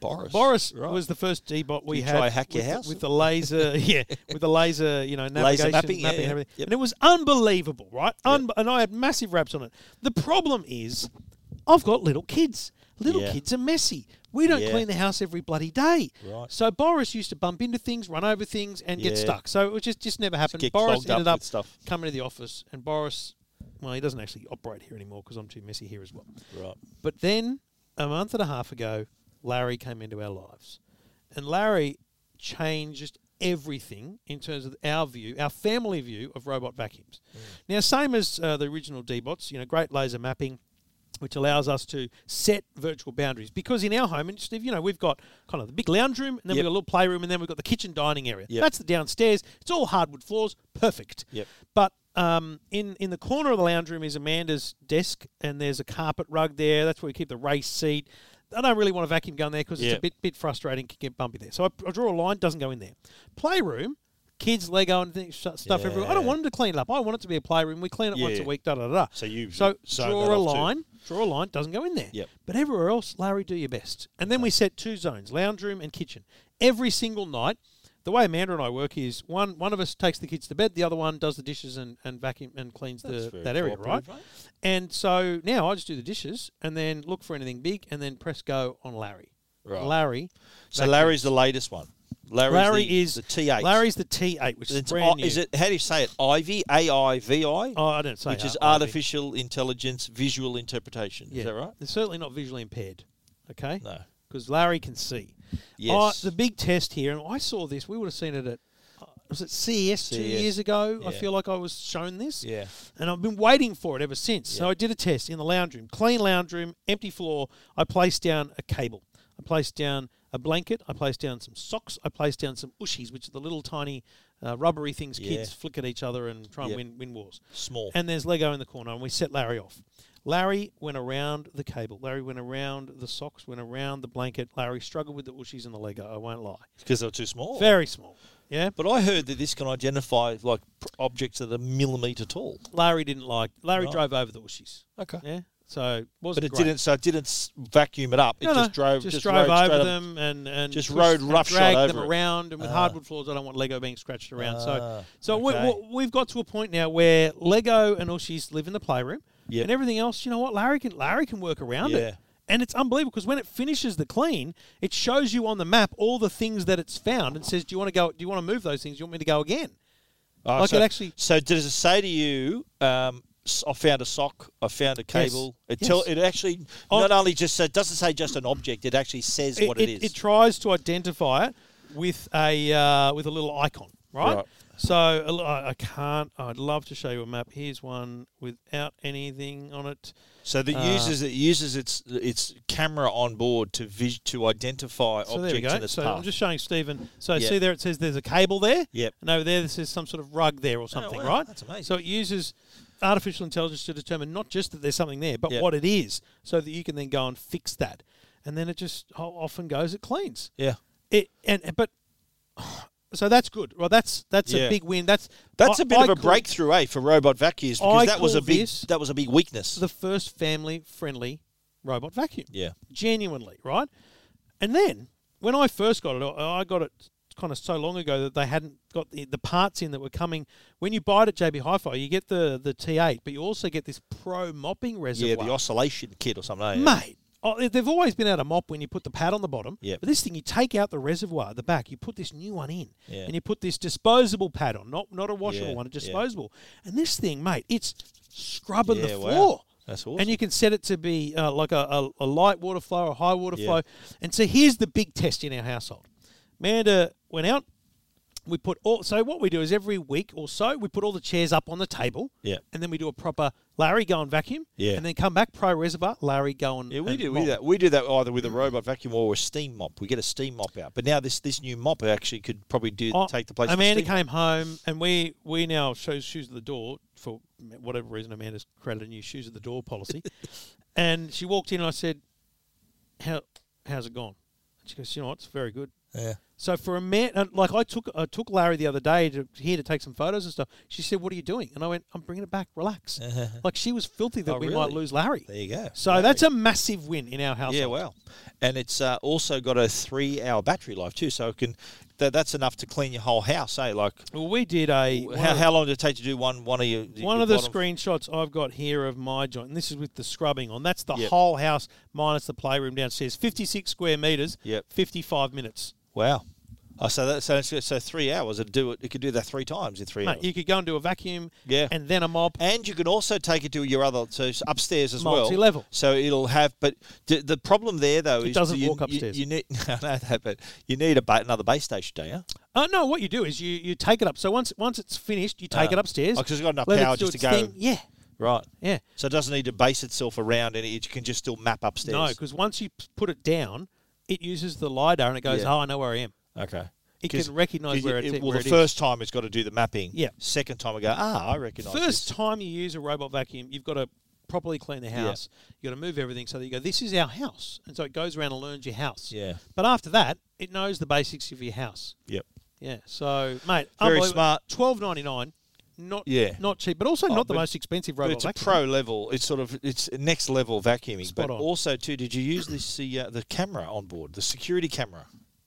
Boris.
Boris
Right.
was the first Dbot we
you
had.
try hack your
with, the-
house?
with the laser, yeah, with the laser, you know, navigation,
mapping, yeah, yeah.
and everything.
Yep.
And it was unbelievable, right? Un- And I had massive raps on it. The problem is, I've got little kids. Little
Yeah.
kids are messy. We don't
Yeah.
clean the house every bloody day.
Right.
So Boris used to bump into things, run over things, and get
Yeah.
stuck. So it was just just never happened.
get
Boris
clogged up
ended up
with stuff.
coming to the office, and Boris, well, he doesn't actually operate here anymore because I'm too messy here as well.
Right.
But then a month and a half ago, Larry came into our lives, and Larry changed everything in terms of our view, our family
Mm.
view of robot vacuums. Now, same as uh, the original D-Bots, you know, great laser mapping. which allows us to set virtual boundaries. Because in our home, and Steve, you know, we've got kind of the big lounge room, and then
Yep.
we've got a little playroom, and then we've got the kitchen dining area.
Yep.
That's the downstairs. It's all hardwood floors, perfect.
Yep.
But um, in in the corner of the lounge room is Amanda's desk, and there's a carpet rug there. That's where we keep the race seat. I don't really want a vacuum gun there because it's a
Yep.
bit bit frustrating, can get bumpy there. So I, I draw a line, doesn't go in there. Playroom, kids, Lego, and things, stuff everywhere. I don't
Yeah.
want them to clean it up. I want it to be a playroom. We clean it once a
Yeah.
week. Da da da.
So you
so
zone
draw
that
a
off too.
line line, draw a line, doesn't go in there.
Yep.
But everywhere else, Larry, do your best. And then we set two zones, lounge room and kitchen. Every single night, the way Amanda and I work is one one of us takes the kids to bed, the other one does the dishes and, and vacuum and cleans
That's
the
very
that area, right?
cooperative,
And so now I just do the dishes and then look for anything big and then press go on Larry.
Right.
Larry.
So Larry's the latest one. Larry's
Larry
the,
is
the T8.
Larry's the T eight, which is
It's
brand
I-
new.
is it how do you say it? Ivy A I V I,
Oh, I don't say
which is
that, Ivy.
artificial intelligence visual interpretation.
Yeah.
Is that right?
They're certainly not visually impaired. Okay.
No.
Because Larry can see.
Yes.
I- the big test here, and I saw this. We would have seen it at uh, was it CES two
CES.
years ago? I
Yeah.
feel like I was shown this.
Yeah.
And I've been waiting for it ever since. So
Yeah.
I did a test in the lounge room, clean lounge room, empty floor. I placed down a cable. I placed down a blanket. I placed down some socks. I placed down some ushies, which are the little tiny uh, rubbery things
Yeah.
kids flick at each other and try and
Yep.
win, win wars.
Small.
And there's Lego in the corner, and we set Larry off. Larry went around the cable. Larry went around the socks, went around the blanket. Larry struggled with the ushies and the Lego. I won't lie.
Because they were too small.
Very small. Yeah.
But I heard that this can identify like pr- objects that are millimeter tall.
Larry didn't like. Larry
Right.
drove over the ushies.
Okay.
Yeah. So
But
wasn't
it
great.
didn't. So it didn't s- vacuum it up. It
No, no,
just drove.
just, drove
rode straight
over
up.
them and, and
just
pushed
rode
and
roughshod
dragged
over
them
it.
around. And with hardwood floors, I don't want Lego being scratched around. so,
Ah,
so we,
okay.
we, we've got to a point now where Lego and Ushies live in the playroom,
Yep.
and everything else. You know what, Larry can Larry can work around
Yeah.
it. And it's unbelievable because when it finishes the clean, it shows you on the map all the things that it's found and says, "Do you want to go? Do you want to move those things? Do you want me to go again?"
Oh,
Like
so,
it actually-
So does it say to you? Um, s- I found a sock. I found a cable. It tell
yes.
it actually
Oh.
not only just it doesn't say just an object. It actually says what it is.
It tries to identify it with a uh, with a little icon, right?
Right.
So a l- I I can't. I'd love to show you a map. Here's one without anything on it.
so the
uh,
uses it uses its its camera on board to vis- to identify
So there we
objects in
go.
its
So
path.
I'm just showing Stephen. So
Yep.
see there, it says there's a cable there.
Yep. Oh,
And over there, this is some sort of rug there or something,
wow,
right?
that's amazing.
So it uses artificial intelligence to determine not just that there's something there, but
Yep.
what it is, so that you can then go and fix that. And then it just ho- off and goes. It cleans.
yeah.
It and and- but so that's good. Well, that's that's a
Yeah.
big win. That's
That's
a
a bit of a breakthrough, eh, for robot vacuums because
I
that was
call
a big
this
that was a big weakness.
The first family friendly robot vacuum.
yeah.
Genuinely, right? And then when I first got it, I I got it kind of so long ago that they hadn't got the, the parts in that were coming. When you buy it at JB Hi-Fi, you get the the T8, but you also get this pro mopping reservoir.
Yeah, the oscillation kit or something. eh?
Mate, oh, they've always been out of mop when you put the pad on the bottom.
Yep.
But this thing, you take out the reservoir at the back, you put this new one in,
Yeah.
and you put this disposable pad on, not not a washable
Yeah,
one, a
yeah.
disposable. And this thing, mate, it's scrubbing the
Yeah, wow.
floor.
That's
And
awesome.
you can set it to be uh, like a, a, a light water flow, a high water
Yeah.
flow. And so here's the big test in our household. Amanda went out. We put all. So what we do is every week or so, we put all the chairs up on the table.
Yeah.
And then we do a proper Larry go and vacuum.
Yeah.
And then come back pro reservoir Larry go and
Yeah, we
and
do, we
mop.
do that. We do that either with a robot vacuum or a steam mop. We get a steam mop out, but now this this new mop actually could probably do
Oh,
take the place.
Amanda
of the steam
came home, and we we now shows shoes at the door for whatever reason. Amanda's created a new shoes at the door policy, and she walked in, and I said, "How how's it gone?" And she goes, "You know, what? it's very good."
Yeah.
So for a man, and like I took I took Larry the other day to, here to take some photos and stuff. She said, "What are you doing?" And I went, "I'm bringing it back. Relax." like she was filthy that
Oh,
we might
really?
lose Larry.
There you go.
So
Larry.
that's a massive win in our house.
Yeah, wow. And it's uh, also got a three-hour battery life too, so it can. That, that's enough to clean your whole house, eh? Like,
Well, we did a one
how,
of-
how long did it take to do one one of your
One
your
of the
bottom-
screenshots I've got here of my joint, and this is with the scrubbing on. That's the
Yep.
whole house minus the playroom downstairs. 56 square metres,
Yep.
55 minutes.
Wow. Oh, so that so, it's- so three hours. It do it. It could do that three times in three
Mate,
hours.
you could go and do a vacuum
Yeah.
and then a mop.
and you can also take it to your other so it's upstairs as well.
Multi-level.
So it'll have, but d- the problem there though is
doesn't
you,
walk
you-
upstairs.
You, need no, no, no, but you need a ba- another base station, don't you?
Uh, no, what you do is you, you take it up. So once once it's finished, you take
Ah.
it upstairs.
Oh, 'cause it's got enough
let it
power
do
just to
its
go-
Thing. Yeah.
Right.
Yeah.
So it doesn't need to base itself around any. It can just still map upstairs.
No, because once you p- put it down, it uses the lidar and it goes,
Yeah.
"Oh, I know where I am."
Okay.
It
'Cause
can recognise
you-
where it's-
Well,
where
the
it is.
first time it's got to do the mapping.
Yeah.
Second time I go, ah, I recognise.
First
this.
time you use a robot vacuum, you've got to properly clean the house. You've got to move everything so that you go, "This is our house," and so it goes around and learns your house.
Yeah.
But after that, it knows the basics of your house.
Yep.
Yeah. So, mate,
Very
unbelievable.
smart.
Twelve ninety nine. Not
Yeah.
not cheap, but also
Oh,
not the
but-
most expensive
But
robot
it's a
vacuum.
pro level. It's sort of it's next level vacuuming.
Spot
but
on.
also too, did you use this the uh, the camera on board, the security camera?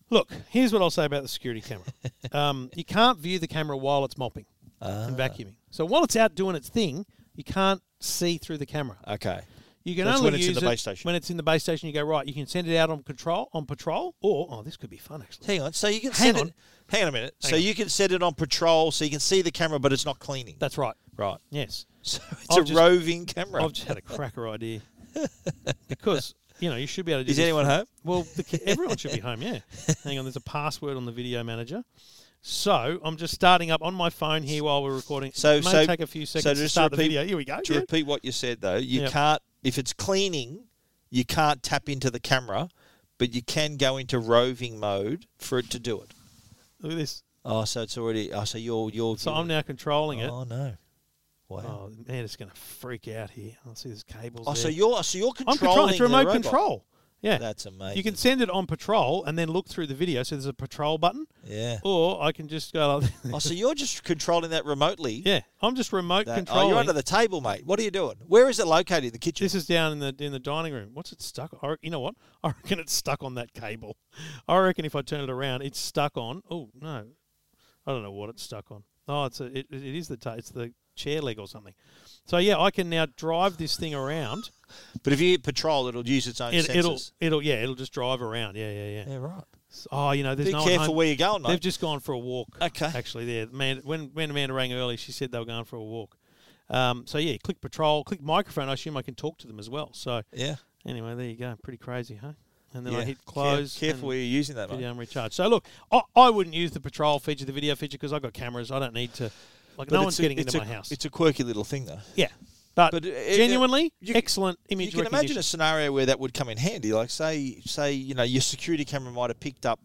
Look, here's what I'll say about the security camera. um, you can't view the camera while it's mopping
Ah.
and vacuuming. So while it's out doing its thing, you can't see through the camera.
Okay.
You can
That's
only
when it's in
use
the
it
base station.
when it's in the base station. You go right. You can send it out on control on patrol, or oh, this could be fun actually.
Hang on. So you can
Hang
set
on.
it. Hang on a minute.
Hang
so
on.
you can set it on patrol, so you can see the camera, but it's not cleaning.
That's right.
right.
Yes,
So it's
I've
a
just-
roving camera.
I've just had a cracker idea because you know you should be able to. Do
Is
this
anyone
for-
home?
Well, the, ki- everyone should be home, yeah. Hang on, there's a password on the video manager. So I'm just starting up on my phone here while we're recording.
So-
it may
so-
take a few
so
seconds to
just to
start the
repeat-
video. Here we go.
To
yeah.
repeat what you said though, you
Yeah.
can't if it's cleaning, you can't tap into the camera, but you can go into roving mode for it to do it.
Look at this.
Oh, so it's already. Oh, so you're you're.
So I'm now controlling it.
Oh no. Wow.
Oh man, it's going to freak out here. I see there's cables.
Oh,
there.
so you're so you're
I'm
controlling
controlling. It's
the
remote
robot.
control. Yeah,
That's amazing.
you can send it on patrol and then look through the video. So there's a patrol button,
Yeah.
or I can just go. Like
Oh, so you're just controlling that remotely.
yeah, I'm just remote
That-
controlling.
Oh, you're under the table, mate. What are you doing? Where is it located? The kitchen.
This is down in the in the dining room. What's it stuck? I, re- you know what? I reckon it's stuck on that cable. I reckon if I turn it around, it's stuck on. Oh no, I don't know what it's stuck on. Oh, it's a, it, it is the ta- it's the chair leg or something. So yeah, I can now drive this thing around.
but if you hit patrol, it'll use its own
It,
sensors.
it'll it'll yeah it'll just drive around. Yeah yeah yeah.
yeah, right.
Oh, you know there's
Be
no one
careful
home.
where you're going,
They've
mate.
just gone for a walk.
Okay.
Actually, there. Man, when when Amanda rang early, she said they were going for a walk. Um, so yeah, click patrol, click microphone. I assume I can talk to them as well. So
yeah.
Anyway, there you go. Pretty crazy, huh? And then
yeah.
I hit
Care-
close.
Careful where
and
you're using that, mate.
video and recharge. So look, I, I wouldn't use the patrol feature, the video feature, because I've got cameras. I don't need to. Like
But
no
it's
one's
a-
getting
it's
into
a-
my house.
It's a quirky little thing, though.
yeah, but,
But it- it-
genuinely
you-
excellent image
You can
recognition.
imagine a scenario where that would come in handy. Like, say, say, you know, your security camera might have picked up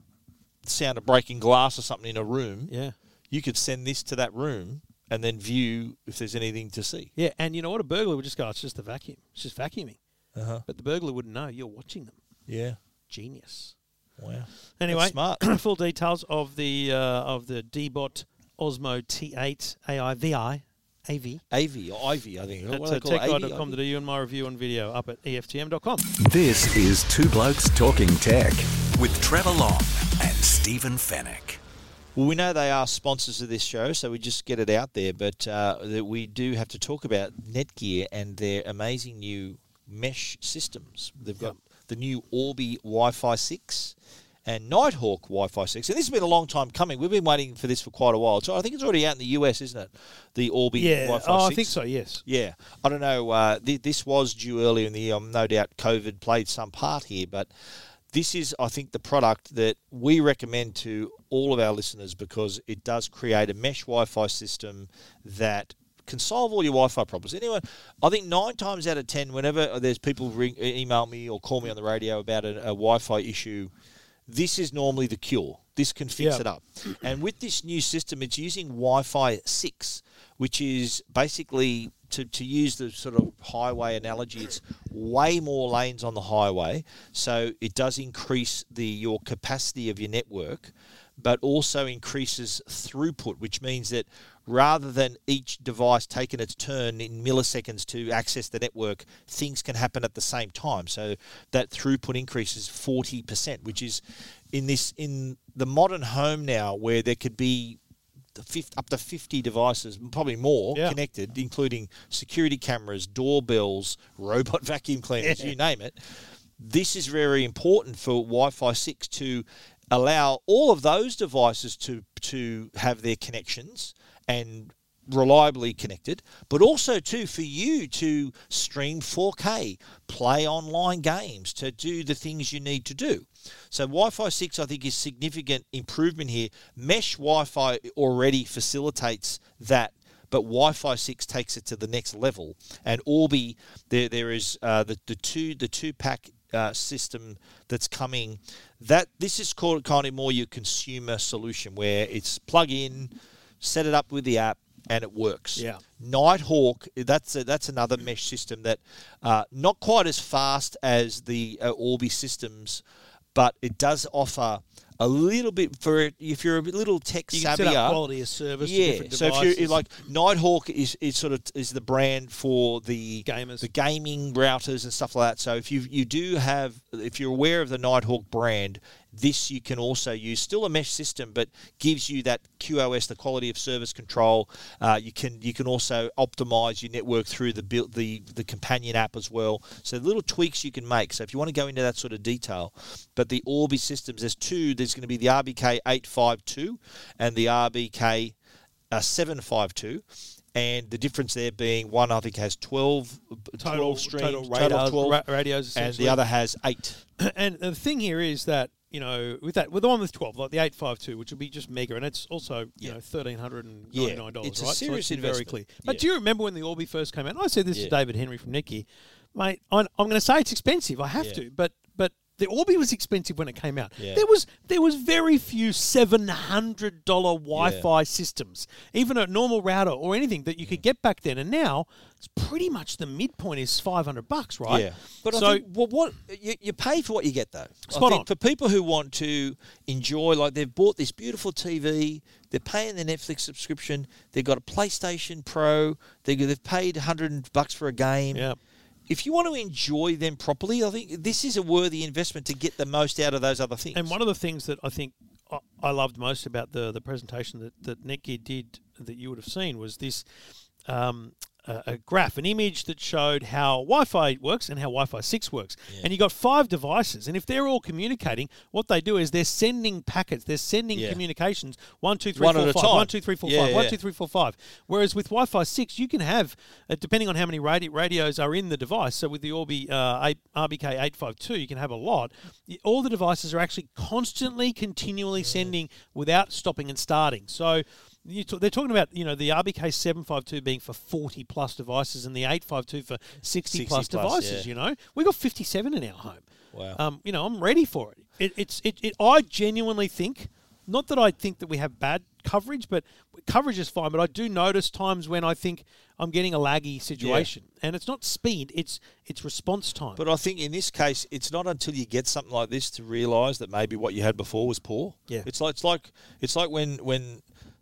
the sound of breaking glass or something in a room.
yeah,
You could send this to that room and then view if there's anything to see.
yeah, and you know what? A burglar would just go, "It's just the vacuum. It's just vacuuming."
Uh-huh.
But the burglar wouldn't know you're watching them.
Yeah.
Genius.
Wow.
Anyway,
smart.
full details of the uh, of the Dbot Osmo T8 AI VI AV.
AV or IV, I think. What
That's
do they
at
call it? AV,
techguide.com.au and my review on video up at E EFTM.com.
This is Two Blokes Talking Tech.
With Trevor Long and Stephen Fennec.
Well, we know they are sponsors of this show, so we just get it out there. But uh, that we do have to talk about Netgear and their amazing new mesh systems. They've got the new Orbi Wi-Fi six and Nighthawk Wi-Fi six, and this has been a long time coming. We've been waiting for this for quite a while. So I think it's already out in the US, isn't it? The Orbi Wi-Fi
oh,
six.
I think so. Yes.
Yeah, I don't know. Uh, th- this was due earlier in the year. Um, no doubt COVID played some part here, but this is, I think, the product that we recommend to all of our listeners because it does create a mesh Wi-Fi system that can solve all your Wi-Fi problems. Anyone, I think nine times out of ten, whenever there's people ring, e- email me or call me on the radio about a, a Wi-Fi issue, this is normally the cure. This can fix
Yeah.
it up. And with this new system, it's using Wi-Fi six, which is basically to, to use the sort of highway analogy, it's way more lanes on the highway, so it does increase the your capacity of your network, but also increases throughput, which means that rather than each device taking its turn in milliseconds to access the network, things can happen at the same time. So that throughput increases 40%, which is in this in the modern home now where there could be the fif- up to 50 devices, probably more,
Yeah.
connected, including security cameras, doorbells, robot vacuum cleaners, you name it. This is very important for Wi Fi 6 to allow all of those devices to, to have their connections and reliably connected, but also too for you to stream 4K, play online games, to do the things you need to do. So Wi-Fi 6 I think is significant improvement here. Mesh Wi-Fi already facilitates that, but Wi-Fi six takes it to the next level. And Orbi, there there is uh, the the two the two pack uh, system that's coming. That this is called kind of more your consumer solution where it's plug in, set it up with the app, and it works.
Yeah.
Nighthawk, that's a, that's another mesh system that uh, not quite as fast as the uh, Orbi systems, but it does offer a little bit for if you're a little tech
You can
savvy.
set up quality of service. To different
so if
devices.
you're like Nighthawk is, is sort of is the brand for the
Gamers.
the gaming routers and stuff like that. So if you you do have if you're aware of the Nighthawk brand, this you can also use. Still a mesh system, but gives you that QoS, the quality of service control. Uh, you can you can also optimize your network through the built the the companion app as well. So little tweaks you can make. So if you want to go into that sort of detail, but the Orbi systems, there's two. There's going to be the RBK eight five two, and the RBK uh, 752 and the difference there being one I think has 12, 12 streams,
total
total
radars,
12,
ra- radios,
and
essentially.
the other has 8.
and the thing here is that you know with that with the one with twelve, like the eight five two, which would be just mega, and it's also you know thirteen hundred and ninety nine dollars.
It's a
right?
serious
so it's very
investment.
clear. But
Yeah.
do you remember when the Orbi first came out? And I said this
Yeah.
to David Henry from Nikki, mate. I'm, I'm going to say it's expensive. I have
Yeah.
to, but but. The Orbi was expensive when it came out.
Yeah.
There was there was very few seven hundred dollar Wi-Fi systems, even a normal router or anything that you
Mm.
could get back then. And now it's pretty much the midpoint is five hundred bucks, right?
But
so
I think, well, what you, you pay for what you get though. I
Spot
think
on.
For people who want to enjoy, like they've bought this beautiful TV, they're paying their Netflix subscription, they've got a PlayStation Pro, they, they've paid 100 bucks for a game.
Yeah.
If you want to enjoy them properly, I think this is a worthy investment to get the most out of those other things.
And one of the things that I think I- I loved most about the the presentation that that Netgear did that you would have seen was this um, a, a graph, an image that showed how Wi-Fi works and how Wi-Fi six works. And you got five devices, and if they're all communicating, what they do is they're sending packets, they're sending
Yeah.
communications one two three
One
four
at a
five,
time.
one, two, three, four,
Yeah,
five, one,
yeah.
two, three, four, five. Whereas with Wi-Fi six, you can have uh, depending on how many radi- radios are in the device. So with the Orbi uh, eight- RBK eight five two, you can have a lot. Y- All the devices are actually constantly, continually sending without stopping and starting. So. You t- they're talking about you know the RBK seven five two being for forty plus devices and the eight five two for sixty,
60
plus,
plus,
devices.
yeah.
You know we got fifty seven in our home.
Wow.
Um, you know I'm ready for it. it it's it, it. I genuinely think not that I think that we have bad coverage, but coverage is fine. But I do notice times when I think I'm getting a laggy situation, and it's not speed; it's it's response time.
But I think in this case, it's not until you get something like this to realise that maybe what you had before was poor.
Yeah.
it's like it's like it's like when when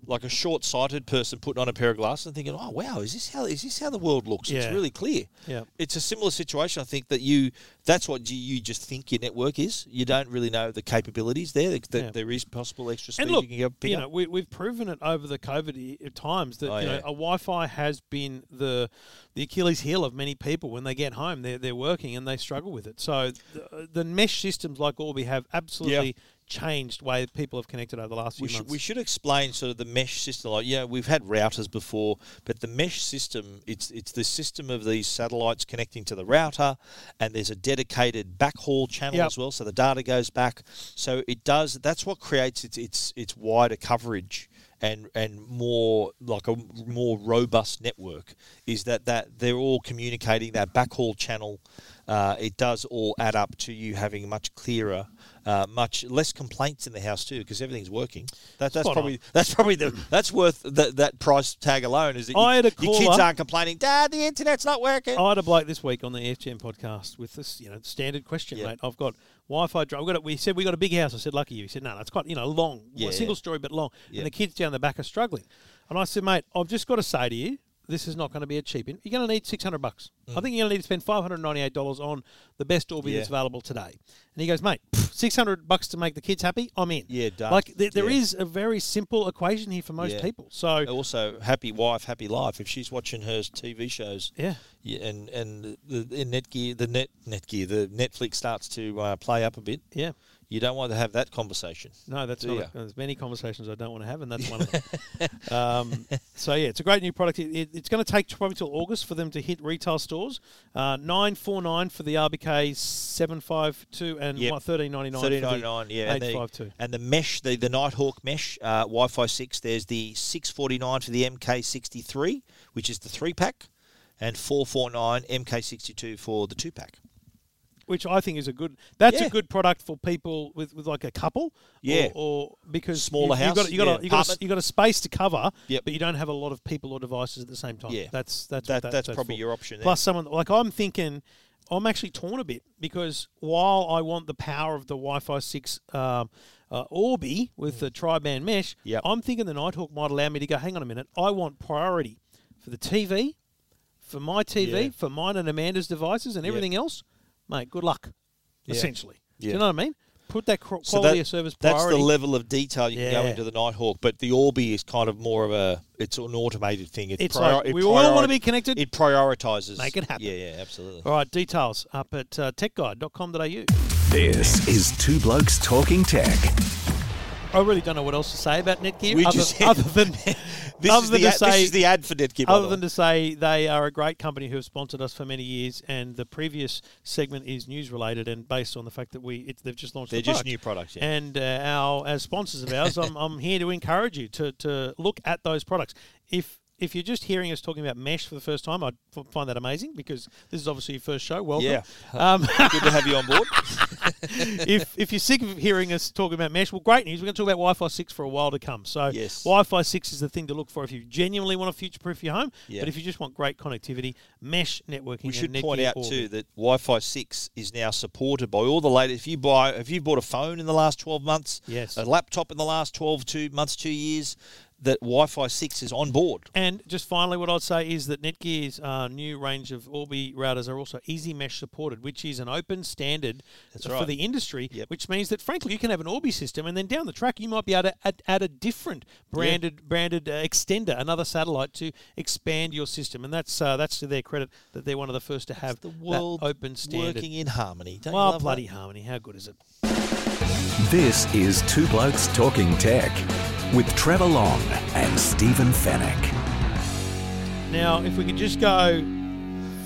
like a short-sighted person putting on a pair of glasses and thinking, "Oh wow, is this how is this how the world looks?
Yeah.
It's really clear."
Yeah.
it's a similar situation. I think that you that's what you, you just think your network is. You don't really know the capabilities there. That, that
Yeah.
there is possible extra speed
and look,
you can go pick
you
up.
know, we, we've proven it over the COVID i- times that
Oh,
you know
yeah.
a Wi-Fi has been the the Achilles heel of many people when they get home. They're they're working and they struggle with it. So the, the mesh systems like Orbi have absolutely changed way people have connected over the last few
we
months.
should, we should explain sort of the mesh system. Like, yeah, we've had routers before, but the mesh system it's it's the system of these satellites connecting to the router, and there's a dedicated backhaul channel
Yep.
as well, so the data goes back. So it does. That's what creates its its its wider coverage and and more like a more robust network. Is that that they're all communicating that backhaul channel. Uh, it does all add up to you having much clearer, uh, much less complaints in the house too, because everything's working. That, that's
Spot
probably
on.
that's probably the that's worth that that price tag alone. Is that you-
I had a
your kids
caller-
aren't complaining? Dad, the internet's not working.
I had a bloke this week on the EFGM podcast with this, you know, standard question,
Yeah.
mate. I've got Wi-Fi. Dri- I've got it. We said we got a big house. I said, lucky you. He said, no, no, it's quite, you know, long,
Yeah,
single
yeah.
story, but long.
Yeah.
And the kids down the back are struggling. And I said, mate, I've just got to say to you, this is not going to be a cheap. In- you're going to need six hundred bucks. I think you're going to need to spend five hundred ninety-eight dollars on the best Orbi that's
Mm. Yeah.
available today. And he goes, mate, six hundred bucks to make the kids happy. I'm in.
Yeah, done.
Like th- there
Yeah.
is a very simple equation here for most
Yeah. Uh,
people. So
also, happy wife, happy life. If she's watching her TV shows,
Yeah.
Yeah, and and the, the Netgear, the net Netgear, the Netflix starts to uh, play up a bit.
Yeah.
You don't want to have that conversation.
No, that's
Do
not.
ya?
A, there's many conversations I don't want to have, and that's one of them. um, so yeah, it's a great new product. It, it- it's going to take probably till August for them to hit retail stores. Uh, nine four nine for the RBK seven five two and
Yep.
what thirteen ninety nine.
Thirty nine nine, yeah, and
eight five
the,
two.
and the mesh, the the Nighthawk mesh, uh, Wi Fi six. There's the six forty nine for the MK sixty three, which is the three pack, and four four nine MK sixty two for the two pack.
Which I think is a good. That's
Yeah.
a good product for people with, with like a couple.
Yeah.
Or, or because
Smaller
you, you've
house,
got you got
yeah,
a, you got a,
apartment.
you got a space to cover.
Yep.
But you don't have a lot of people or devices at the same time.
Yeah.
That's that's
That,
what that-
that's probably
for.
your option. There.
Plus, someone like I'm thinking, I'm actually torn a bit because while I want the power of the Wi-Fi six um, uh, Orbi with the tri-band mesh,
Yep.
I'm thinking the Nighthawk might allow me to go. Hang on a minute, I want priority for the TV, for my TV,
Yeah.
for mine and Amanda's devices, and everything else. Mate, good luck. Essentially, do
Yeah.
you know what I mean? Put that cro- quality
So that-
of service priority.
That's the level of detail you can go
Yeah.
into the Nighthawk, but the Orbi is kind of more of a it's an automated thing. It
It's
prior-
like,
it
we all wanna
priori-
be connected.
It prioritizes.
Make it happen.
Yeah, yeah, absolutely.
All right, details up at uh, techguide.com.au.
This is
Two Blokes Talking Tech.
I really don't know what else to say about Netgear
We
other,
just-
other than
This,
other
is the
than to
ad, this
say-
is the ad for Netgear. by
other
the
than
way.
to say they are a great company who have sponsored us for many years, and the previous segment is news related and based on the fact that we it, they've just launched.
They're
the
just
product.
new products, yeah.
And uh, our as sponsors of ours, I'm, I'm here to encourage you to to look at those products. If if you're just hearing us talking about mesh for the first time, I would find that amazing because this is obviously your first show. Welcome.
Yeah.
Um,
good to have you on board.
if if you're sick of hearing us talking about mesh, well, great news. We're going to talk about Wi-Fi six for a while to come. So,
Yes.
Wi-Fi six is the thing to look for if you genuinely want to future-proof your home.
Yeah.
But if you just want great connectivity, mesh networking.
We
and
should
Netgear
point out
Orbi.
too that Wi-Fi six is now supported by all the latest. If you buy, if you bought a phone in the last twelve months,
Yes.
a laptop in the last 12 two months, two years, that Wi-Fi six is on board.
And just finally, what I'd say is that Netgear's uh, new range of Orbi routers are also easy mesh supported, which is an open standard for
right.
the industry.
Yep.
Which means that, frankly, you can have an Orbi system, and then down the track, you might be able to add, add a different branded branded uh, extender, another satellite to expand your system. And that's uh, that's to their credit that they're one of the first to have
The world
that open standard.
working in harmony. Don't you
well,
love
bloody
that?
harmony! How good is it?
This is Two Blokes Talking Tech.
With Trevor Long and Stephen Fennec.
Now, if we could just go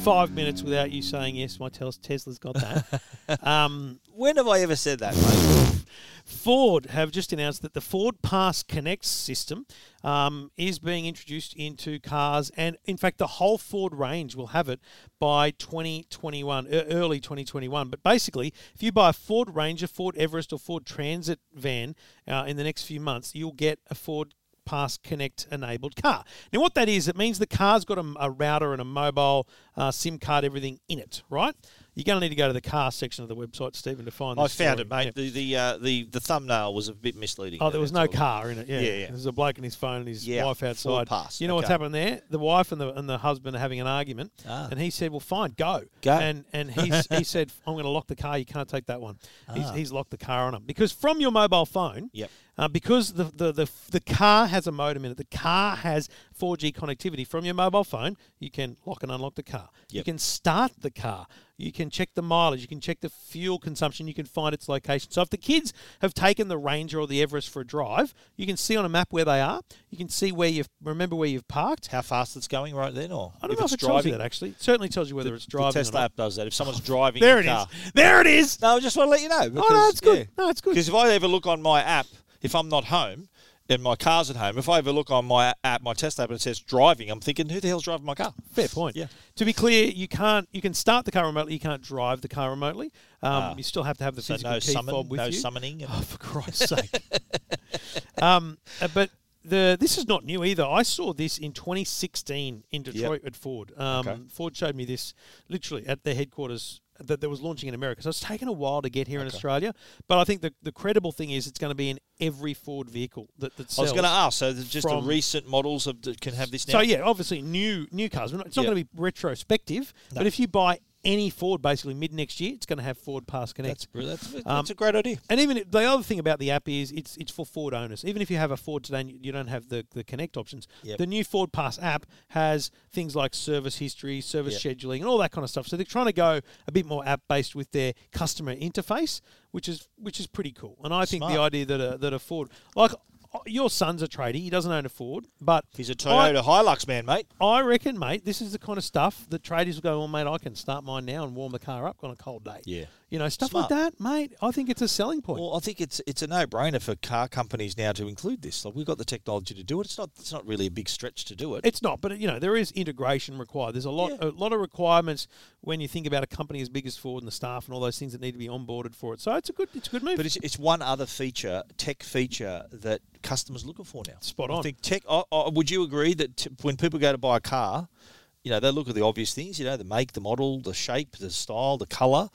five minutes without you saying yes, my tel- Tesla's got that. um,
When have I ever said that? Mate?
Ford have just announced that the Ford Pass Connect system um, is being introduced into cars, and in fact, the whole Ford range will have it by 2021, e- early 2021. But basically, if you buy a Ford Ranger, Ford Everest, or Ford Transit van uh, in the next few months, you'll get a Ford Pass Connect enabled car. Now, what that is, it means the car's got a, a router and a mobile uh, SIM card, everything in it, right? You're going to need to go to the car section of the website, Stephen, to find.
I
this
found
story.
it, mate.
Yeah.
The the, uh, the the thumbnail was a bit misleading.
Oh, there was no
That's all.
car in it. Yeah,
Yeah, yeah.
There's a bloke and his phone and his
Yeah,
wife
full
outside.
pass.
You know what's
Okay. Ah.
happened there? The wife and the and the husband are having an argument, and he said, "Well, fine, go."
Go.
And and he's, he said, "I'm going to lock the car. You can't take that one." He's, he's locked the car on him because from your mobile phone.
Ah. Yep.
Uh, because the, the the the car has a modem in it. The car has 4G connectivity from your mobile phone. You can lock and unlock the car. You
Yep.
can start the car. You can check the mileage. You can check the fuel consumption. You can find its location. So if the kids have taken the Ranger or the Everest for a drive, you can see on a map where they are. You can see where you've remember where you've parked.
How fast it's going right then, or
I don't
if
know
it's
if it tells
driving
you that actually. It certainly tells you whether it's
The
driving. or
Tesla
not.
app does that. If someone's driving,
There
the
it
car.
is. There it is.
No, I just want to let you know.
Oh no, it's good. No, it's good.
Because yeah. 'Cause if I ever look on my app, if I'm not home and my car's at home, if I ever look on my app, my Tesla app, and it says driving, I'm thinking, who the hell's driving my car?
Fair point.
Yeah.
To be clear, you can't you can start the car remotely. You can't drive the car remotely. Um, you still have to have the
Ah. So
physical
no
key
summon,
fob with
no
you.
summoning.
Oh, for Christ's sake! um, uh, but the this is not new either. I saw this in 2016 in Detroit at Ford. Um,
Okay.
Ford showed me this literally at their headquarters that that was launching in America. So it's taken a while to get here in Australia, but I think the, the credible thing is it's going to be in every Ford vehicle that, that
I was
sells.
going to ask. So there's just the
From-
recent models of that can have this now.
So yeah, obviously new new cars. We're not- It's not
Yeah.
going to be retrospective, but if you buy any Ford basically mid next year. It's going to have Ford Pass Connect.
That's br- that's, that's
Um,
a great idea.
And even if- the other thing about the app is it's it's for Ford owners. Even if you have a Ford today and you- you don't have the, the connect options,
Yep.
the new Ford Pass app has things like service history, service
Yep.
scheduling, and all that kind of stuff. So they're trying to go a bit more app based with their customer interface, which is which is pretty cool. And I think the
Smart.
idea that a, that a Ford like uh, your son's a tradie, he doesn't own a Ford, but
He's a
I-
Toyota Hilux man, mate.
I reckon, mate, this is the kind of stuff that traders will go, well, mate, I can start mine now and warm the car up on a cold day.
Yeah.
You know, stuff
Smart.
like that, mate, I think it's a selling point.
Well, I think it's it's a no brainer for car companies now to include this. Like we've got the technology to do it. It's not it's not really a big stretch to do it.
It's not, but you know there is integration required. There's a lot,
Yeah.
a lot of requirements when you think about a company as big as Ford and the staff and all those things that need to be onboarded for it. So it's a good, it's a good move.
But it's, it's one other feature, tech feature that customers are looking for now.
Spot
I
on.
think tech. I, I, would you agree that t- when people go to buy a car, you know they look at the obvious things, you know the make, the model, the shape, the style, the color,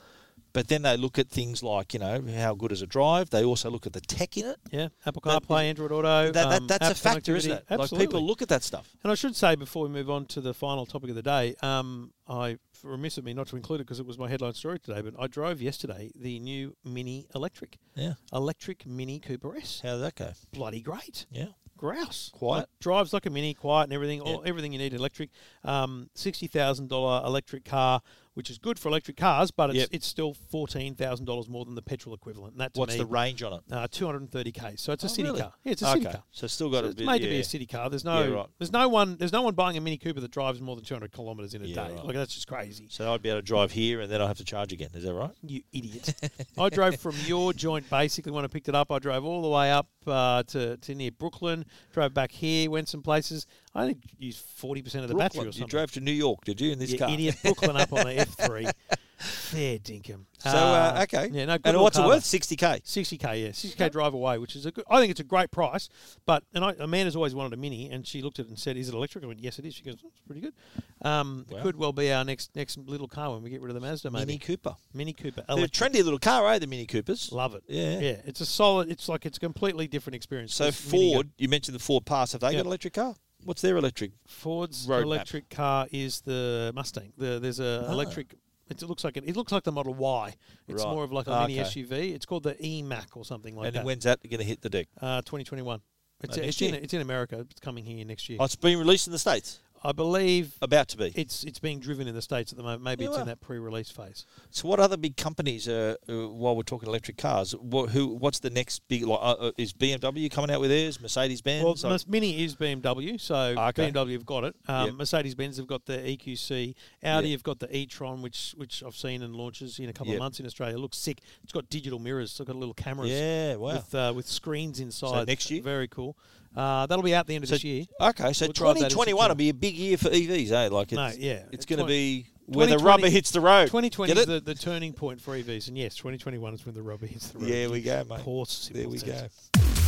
but then they look at things like you know how good is a drive. They also look at the tech in it.
yeah, Apple
That-
CarPlay, Android Auto.
That, that,
um,
that's a
app
factor, isn't
connectivity.
it?
Absolutely.
Like people look at that stuff.
And I should say before we move on to the final topic of the day, um, I remiss of me not to include it because it was my headline story today. But I drove yesterday the new Mini Electric,
Yeah.
electric Mini Cooper S.
How did that go?
Bloody great.
Yeah.
grouse.
Quiet.
Like, drives like a mini, quiet and everything. All, everything you need in electric. Um, sixty thousand dollar electric car, which is good for electric cars, but it's,
Yep.
it's still fourteen thousand dollars more than the petrol equivalent. And that to
What's
me,
the range on it?
uh, two hundred and thirty k. So it's a
Oh,
city
really?
car. Yeah, it's a
okay.
city car.
So still got
So
a
it's
bit.
made to be
yeah.
a city car. There's no,
Yeah, right.
there's no one, there's no one buying a Mini Cooper that drives more than 200 kilometres in a
Yeah,
day.
right.
Like that's just crazy.
So I'd be able to drive here, and then I have to charge again. Is that right?
You idiot. I drove from your joint basically when I picked it up. I drove all the way up uh, to, to near Brooklyn, drove back here, went some places. I only used 40% of the battery
Brooklyn.
or something.
You drove to New York, did you, in this
You
car?
idiot. Brooklyn up on the F3. Fair dinkum.
So uh, okay,
Yeah, no, good
and
little
what's it
car,
worth?
though.
Sixty k.
60k, yeah, 60k drive away, which is a good. I think it's a great price, but and I, Amanda's always wanted a mini, and she looked at it and said, "Is it electric?" I went, "Yes, it is." She goes, "That's pretty good." Um,
Wow.
It could well be our next next little car when we get rid of the Mazda, maybe
Mini Cooper.
Mini Cooper.
They're a
electric.
trendy little car, eh? The Mini Coopers.
Love it.
Yeah.
Yeah. It's a solid, it's like it's a completely different experience.
So
This Mini-
Ford, you mentioned the Ford Pass. Have they
Yeah.
got an electric car? What's their electric?
Ford's
roadmap. Ah.
electric car is the Mustang. The, there's a electric, it looks like an, it looks like the Model Y. It's
Right.
more of like a
Ah,
mini
okay.
SUV. It's called the E-Mac or something like
and
that.
when's that going to hit the deck?
uh, 2021. It's,
Oh, next
it's in
year.
it's in America. It's coming here next year.
Oh, it's been released in the states.
I believe
About to be.
it's it's being driven in the states at the moment. Maybe
Yeah,
it's in
wow.
that pre-release phase.
so what other big companies? Uh, uh, while we're talking electric cars, what, who? What's the next big? Like, uh, uh, is BMW coming out with theirs? Mercedes Benz.
Well, Mes- Mini is BMW, so
Ah, Okay.
BMW have got it. Um,
Yep.
Mercedes Benz have got the EQC. Audi
Yep.
have got the e-tron, which which I've seen and launches in a couple
Yep.
of months in Australia. It looks sick. It's got digital mirrors. So it's got little cameras.
Yeah, wow.
With uh, with screens inside.
next year?
Very cool. Uh, that'll be out the end of
So-
this year.
Okay, so
We'll drive that in
2021
September.
will be a big year for EVs, eh? Like, it's,
No, yeah.
it's going to
Twenty-
be where the
2020
rubber hits the road.
2020
Get
is
it?
the, the turning point for EVs, and yes, 2021 is when the rubber hits the road.
Yeah, we go,
Of
mate.
course.
There we go.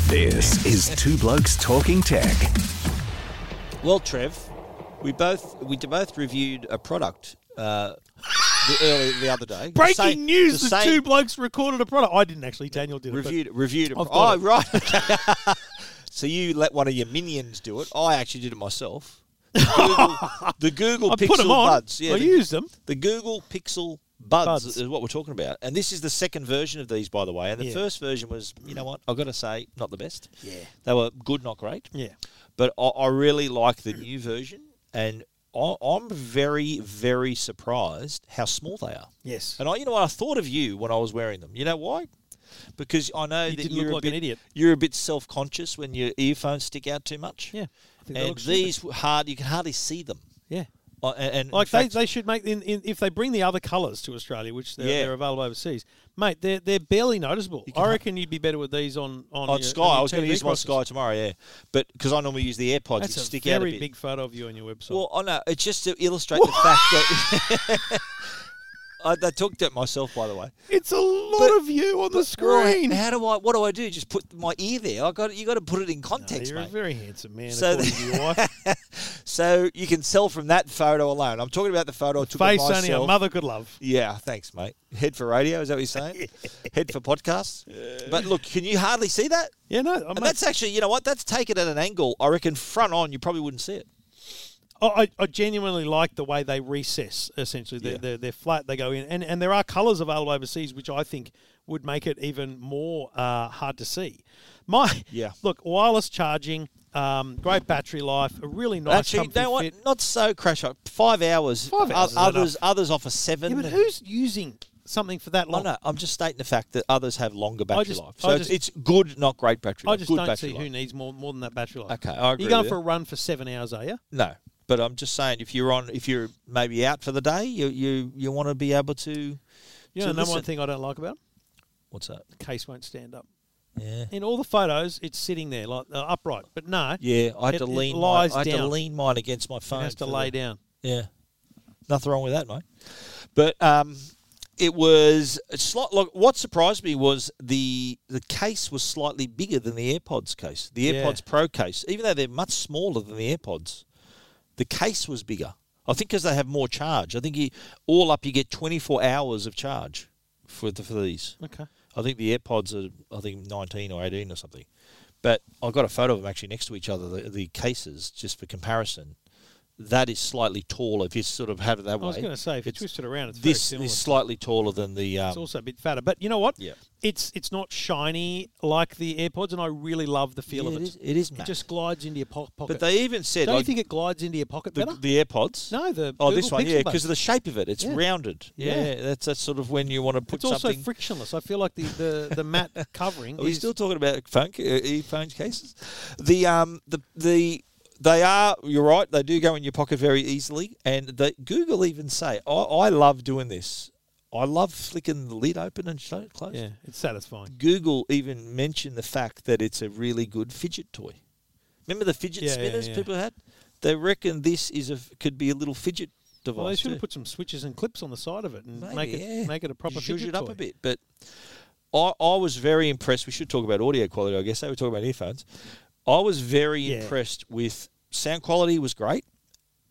This is Two Blokes Talking Tech.
Well, Trev, we both we both reviewed a product uh, the, early, the other day. The
Breaking
same-
news: the,
same-
two blokes recorded a product. I didn't actually. Daniel did it. but-
reviewed reviewed. A,
I've
oh,
got it.
right. okay. so you let one of your minions do it. I actually did it myself. The Google, the Google
I
Pixel
put them on.
Buds. Yeah,
I
the-
used them.
The Google Pixel Buds,
Buds.
is what we're talking about. And this is the second version of these, by the way. And the
Yeah.
first version was, you know what, I've got to say, not the best.
Yeah.
They were good, not great.
Yeah.
But I, I really like the new version. And I, I'm very, very surprised how small they are.
Yes.
And I, you know what, I thought of you when I was wearing them. You know why? Because I know
You
that
didn't
you're
look
a
like
bit,
an idiot.
You're a bit self-conscious when your earphones stick out too much.
Yeah. I think they
And
look stupid.
these were hard, you can hardly see them.
Yeah.
Uh, and, and in
Like
fact-
they, they should make in, in, if they bring the other colours to Australia, which they're,
Yeah.
they're available overseas, mate. They're they're barely noticeable. I reckon you'd be better with these on on,
on
your-
Sky.
your
I was going to
TV
use them on
boxes.
Sky tomorrow, yeah. But because I normally use the AirPods,
That's
which
a
stick out a
very
bit.
big photo of you on your website.
well, I know it's just to illustrate the fact that I, I talked at myself, by the way.
it's a lot of you on the
Well, how do I? What do I do? Just put my ear there. I got you. Got to put it in context,
you're a
mate.
very handsome man.
So
according to your wife.
so you can sell from that photo alone. I'm talking about the photo I took
face
of myself.
only a mother could love.
Yeah, thanks, mate. Head for radio, is that what you're saying? Head for podcasts. But look, can you hardly see that?
Yeah, no, I
And
mate,
that's actually, you know what? That's taken at an angle. I reckon front on, you probably wouldn't see it.
Oh, I, I genuinely like the way they recess. Essentially, they're,
Yeah.
they're, they're flat. They go in, and, and there are colours available overseas, which I think would make it even more uh, hard to see. My
Yeah.
look, wireless charging, um, great battery life, a really nice
Actually,
comfy
no,
fit.
what, not so crash up. Five hours.
Five
O-
hours is
Others, others offer seven.
Yeah, but who's using something for that
I
long?
know. I'm just stating the fact that others have longer battery
just-
life.
I
So
just-
it's it's good, not great battery
I
life.
just
good
don't
battery
see
life.
who needs more more than that battery life.
Okay, I agree
You're going
with
for
you.
a run for seven hours, are you?
No, but I'm just saying if you're on, if you're maybe out for the day, you you you want to be able to.
You
to
know, number one
listen.
thing I don't like about 'em?
What's that?
the case won't stand up.
Yeah.
In all the photos, it's sitting there like uh, upright, but no,
Yeah, I had
It-
to
it
lean.
lies
mine, I had to
down.
lean mine against my
it
phone.
has to
for
lay
the-
down.
Yeah, nothing wrong with that, mate. But um, it was a slight. Look, what surprised me was the the case was slightly bigger than the AirPods case, the
Yeah.
AirPods Pro case, even though they're much smaller than the AirPods. The case was bigger. I think because they have more charge. I think you, all up you get twenty four hours of charge for the, for these.
Okay.
I think the AirPods are, I think, 19 or 18 or something. But I got a photo of them actually next to each other, the, the cases, just for comparison. That is slightly taller if you sort of have it that
I
way.
was going to say, if you
It's-
twist it around, it's
this
very similar.
is slightly taller than the. Um,
it's also a bit fatter, but you know what?
Yeah.
It's it's not shiny like the AirPods, and I really love the feel
yeah, It
of it.
is, it is
It
matte.
just glides into your po- pocket.
but they even said,
Don't you
like,
think it glides into your pocket
the,
better?
the AirPods.
no, the
Oh,
Google
this one,
Pixel
yeah,
Buds.
because of the shape of it. It's
Yeah.
rounded. Yeah,
Yeah.
that's that's sort of when you want to put
it's also
something.
frictionless. I feel like the the, the matte covering.
Are we
is-
still talking about phone ca- uh, earphone cases? The um the the they are. You're right. They do go in your pocket very easily, and the Google even say, "I I love doing this. I love flicking the lid open and shut it closed."
Yeah, it's satisfying.
Google even mentioned the fact that it's a really good fidget toy. Remember the fidget
Yeah, yeah,
spinners
yeah.
people had? They reckon this is a f- could be a little fidget device.
Well, they should
too.
have put some switches and clips on the side of it and
Maybe,
make it
yeah.
make it a proper
Zhuzh
fidget
it up
toy.
a bit. But I, I was very impressed. We should talk about audio quality, I guess. They were talking about earphones. I was very
Yeah.
impressed with sound quality was great,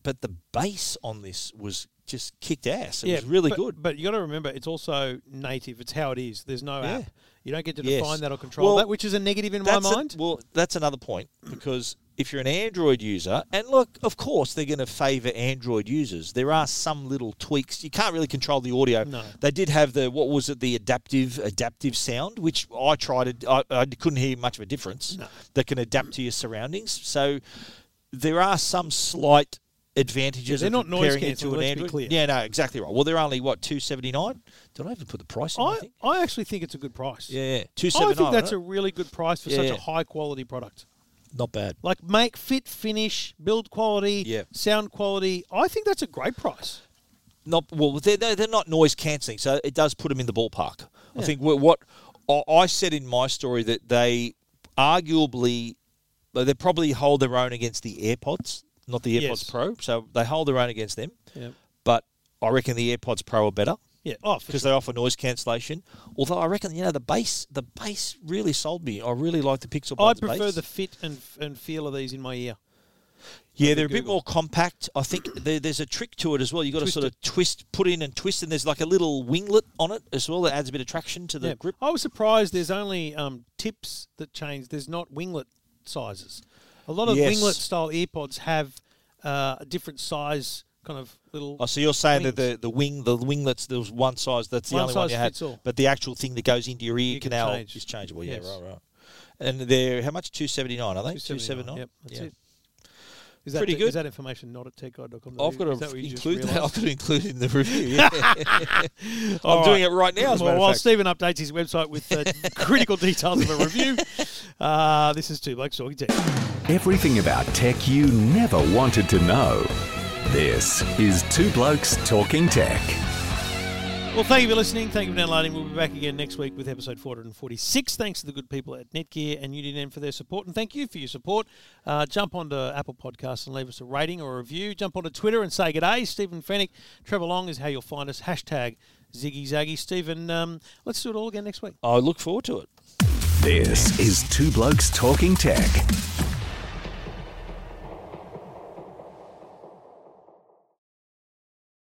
but the bass on this was just kicked ass. It was really
but-
good.
But you got to remember, it's also native. It's how it is. There's no
Yeah.
app. You don't get to
Yes.
define that or control
Well,
that, which is a negative in my
That's a-
mind.
well, that's another point because if you're an Android user, and look, of course they're going to favour Android users. There are some little tweaks. You can't really control the audio.
No.
They did have the what was it the adaptive adaptive sound, which I tried. to- I, I couldn't hear much of a difference.
No.
That can adapt to your surroundings. So there are some slight advantages.
Yeah, they're
of
not noise
comparing it to
cancelling,
an
let's be
Android.
clear.
Yeah, no, exactly right. Well, they're only what two seventy nine. Did I even put the price? In, I,
I,
think.
I actually think it's a good price.
Yeah, two
I
seventy nine.
think that's a really good price for
Yeah,
such a
yeah.
high quality product.
not bad.
Like make fit, finish, build quality,
Yeah.
sound quality. I think that's a great price.
not well. They're they're they're not noise cancelling, so it does put them in the ballpark. I
Yeah.
think what, what I I said in my story that they arguably well, they probably hold their own against the AirPods, not the AirPods
Yes.
Pro. So they hold their own against them.
Yeah.
But I reckon the AirPods Pro are better
Yeah. Oh, for
because they offer noise cancellation. Although I reckon you know the bass, the bass really sold me. I really like the Pixel.
I
Buds
prefer
bass.
the fit and and feel of these in my ear.
Yeah, they're a bit
Google.
more compact. I think there, there's a trick to it as well. You've got
Twist
to sort of twist, put in and twist, and there's like a little winglet on it as well that adds a bit of traction to the
Yeah.
grip.
I was surprised there's only um, tips that change. There's not winglet sizes. A lot of
Yes.
winglet style earpods have uh, a different size kind of little.
Oh, so you're saying that
Wings.
the, the wing, the winglets, there was one size, that's the
One
only one
size
you had.
fits all.
But the actual thing that goes into your ear
You can
canal
change.
is changeable. Yeah,
Yes.
right, right. And they're, how much? 279 are they? 279?
Yep, that's
Yeah.
it. Is that
Pretty
is
good.
that information not at techguide.com?
I've got
Is
to
what you just
include that. I've
realised?
got to include it in the review. yeah. I'm
All
doing it right now. As a
Well,
matter
while
of fact.
Stephen updates his website with uh, critical details of a review, uh, this is Two Blokes Talking Tech.
Everything about tech you never wanted to know. This is Two Blokes Talking Tech.
Well, thank you for listening. Thank you for downloading. We'll be back again next week with episode 446. Thanks to the good people at Netgear and UDN for their support. And thank you for your support. Uh, jump onto Apple Podcasts and leave us a rating or a review. Jump onto Twitter and say good day. Stephen Fennick, Trevor Long is how you'll find us. Hashtag Ziggy Zaggy. Stephen, um, let's do it all again next week.
I look forward to it.
This is Two Blokes Talking Tech.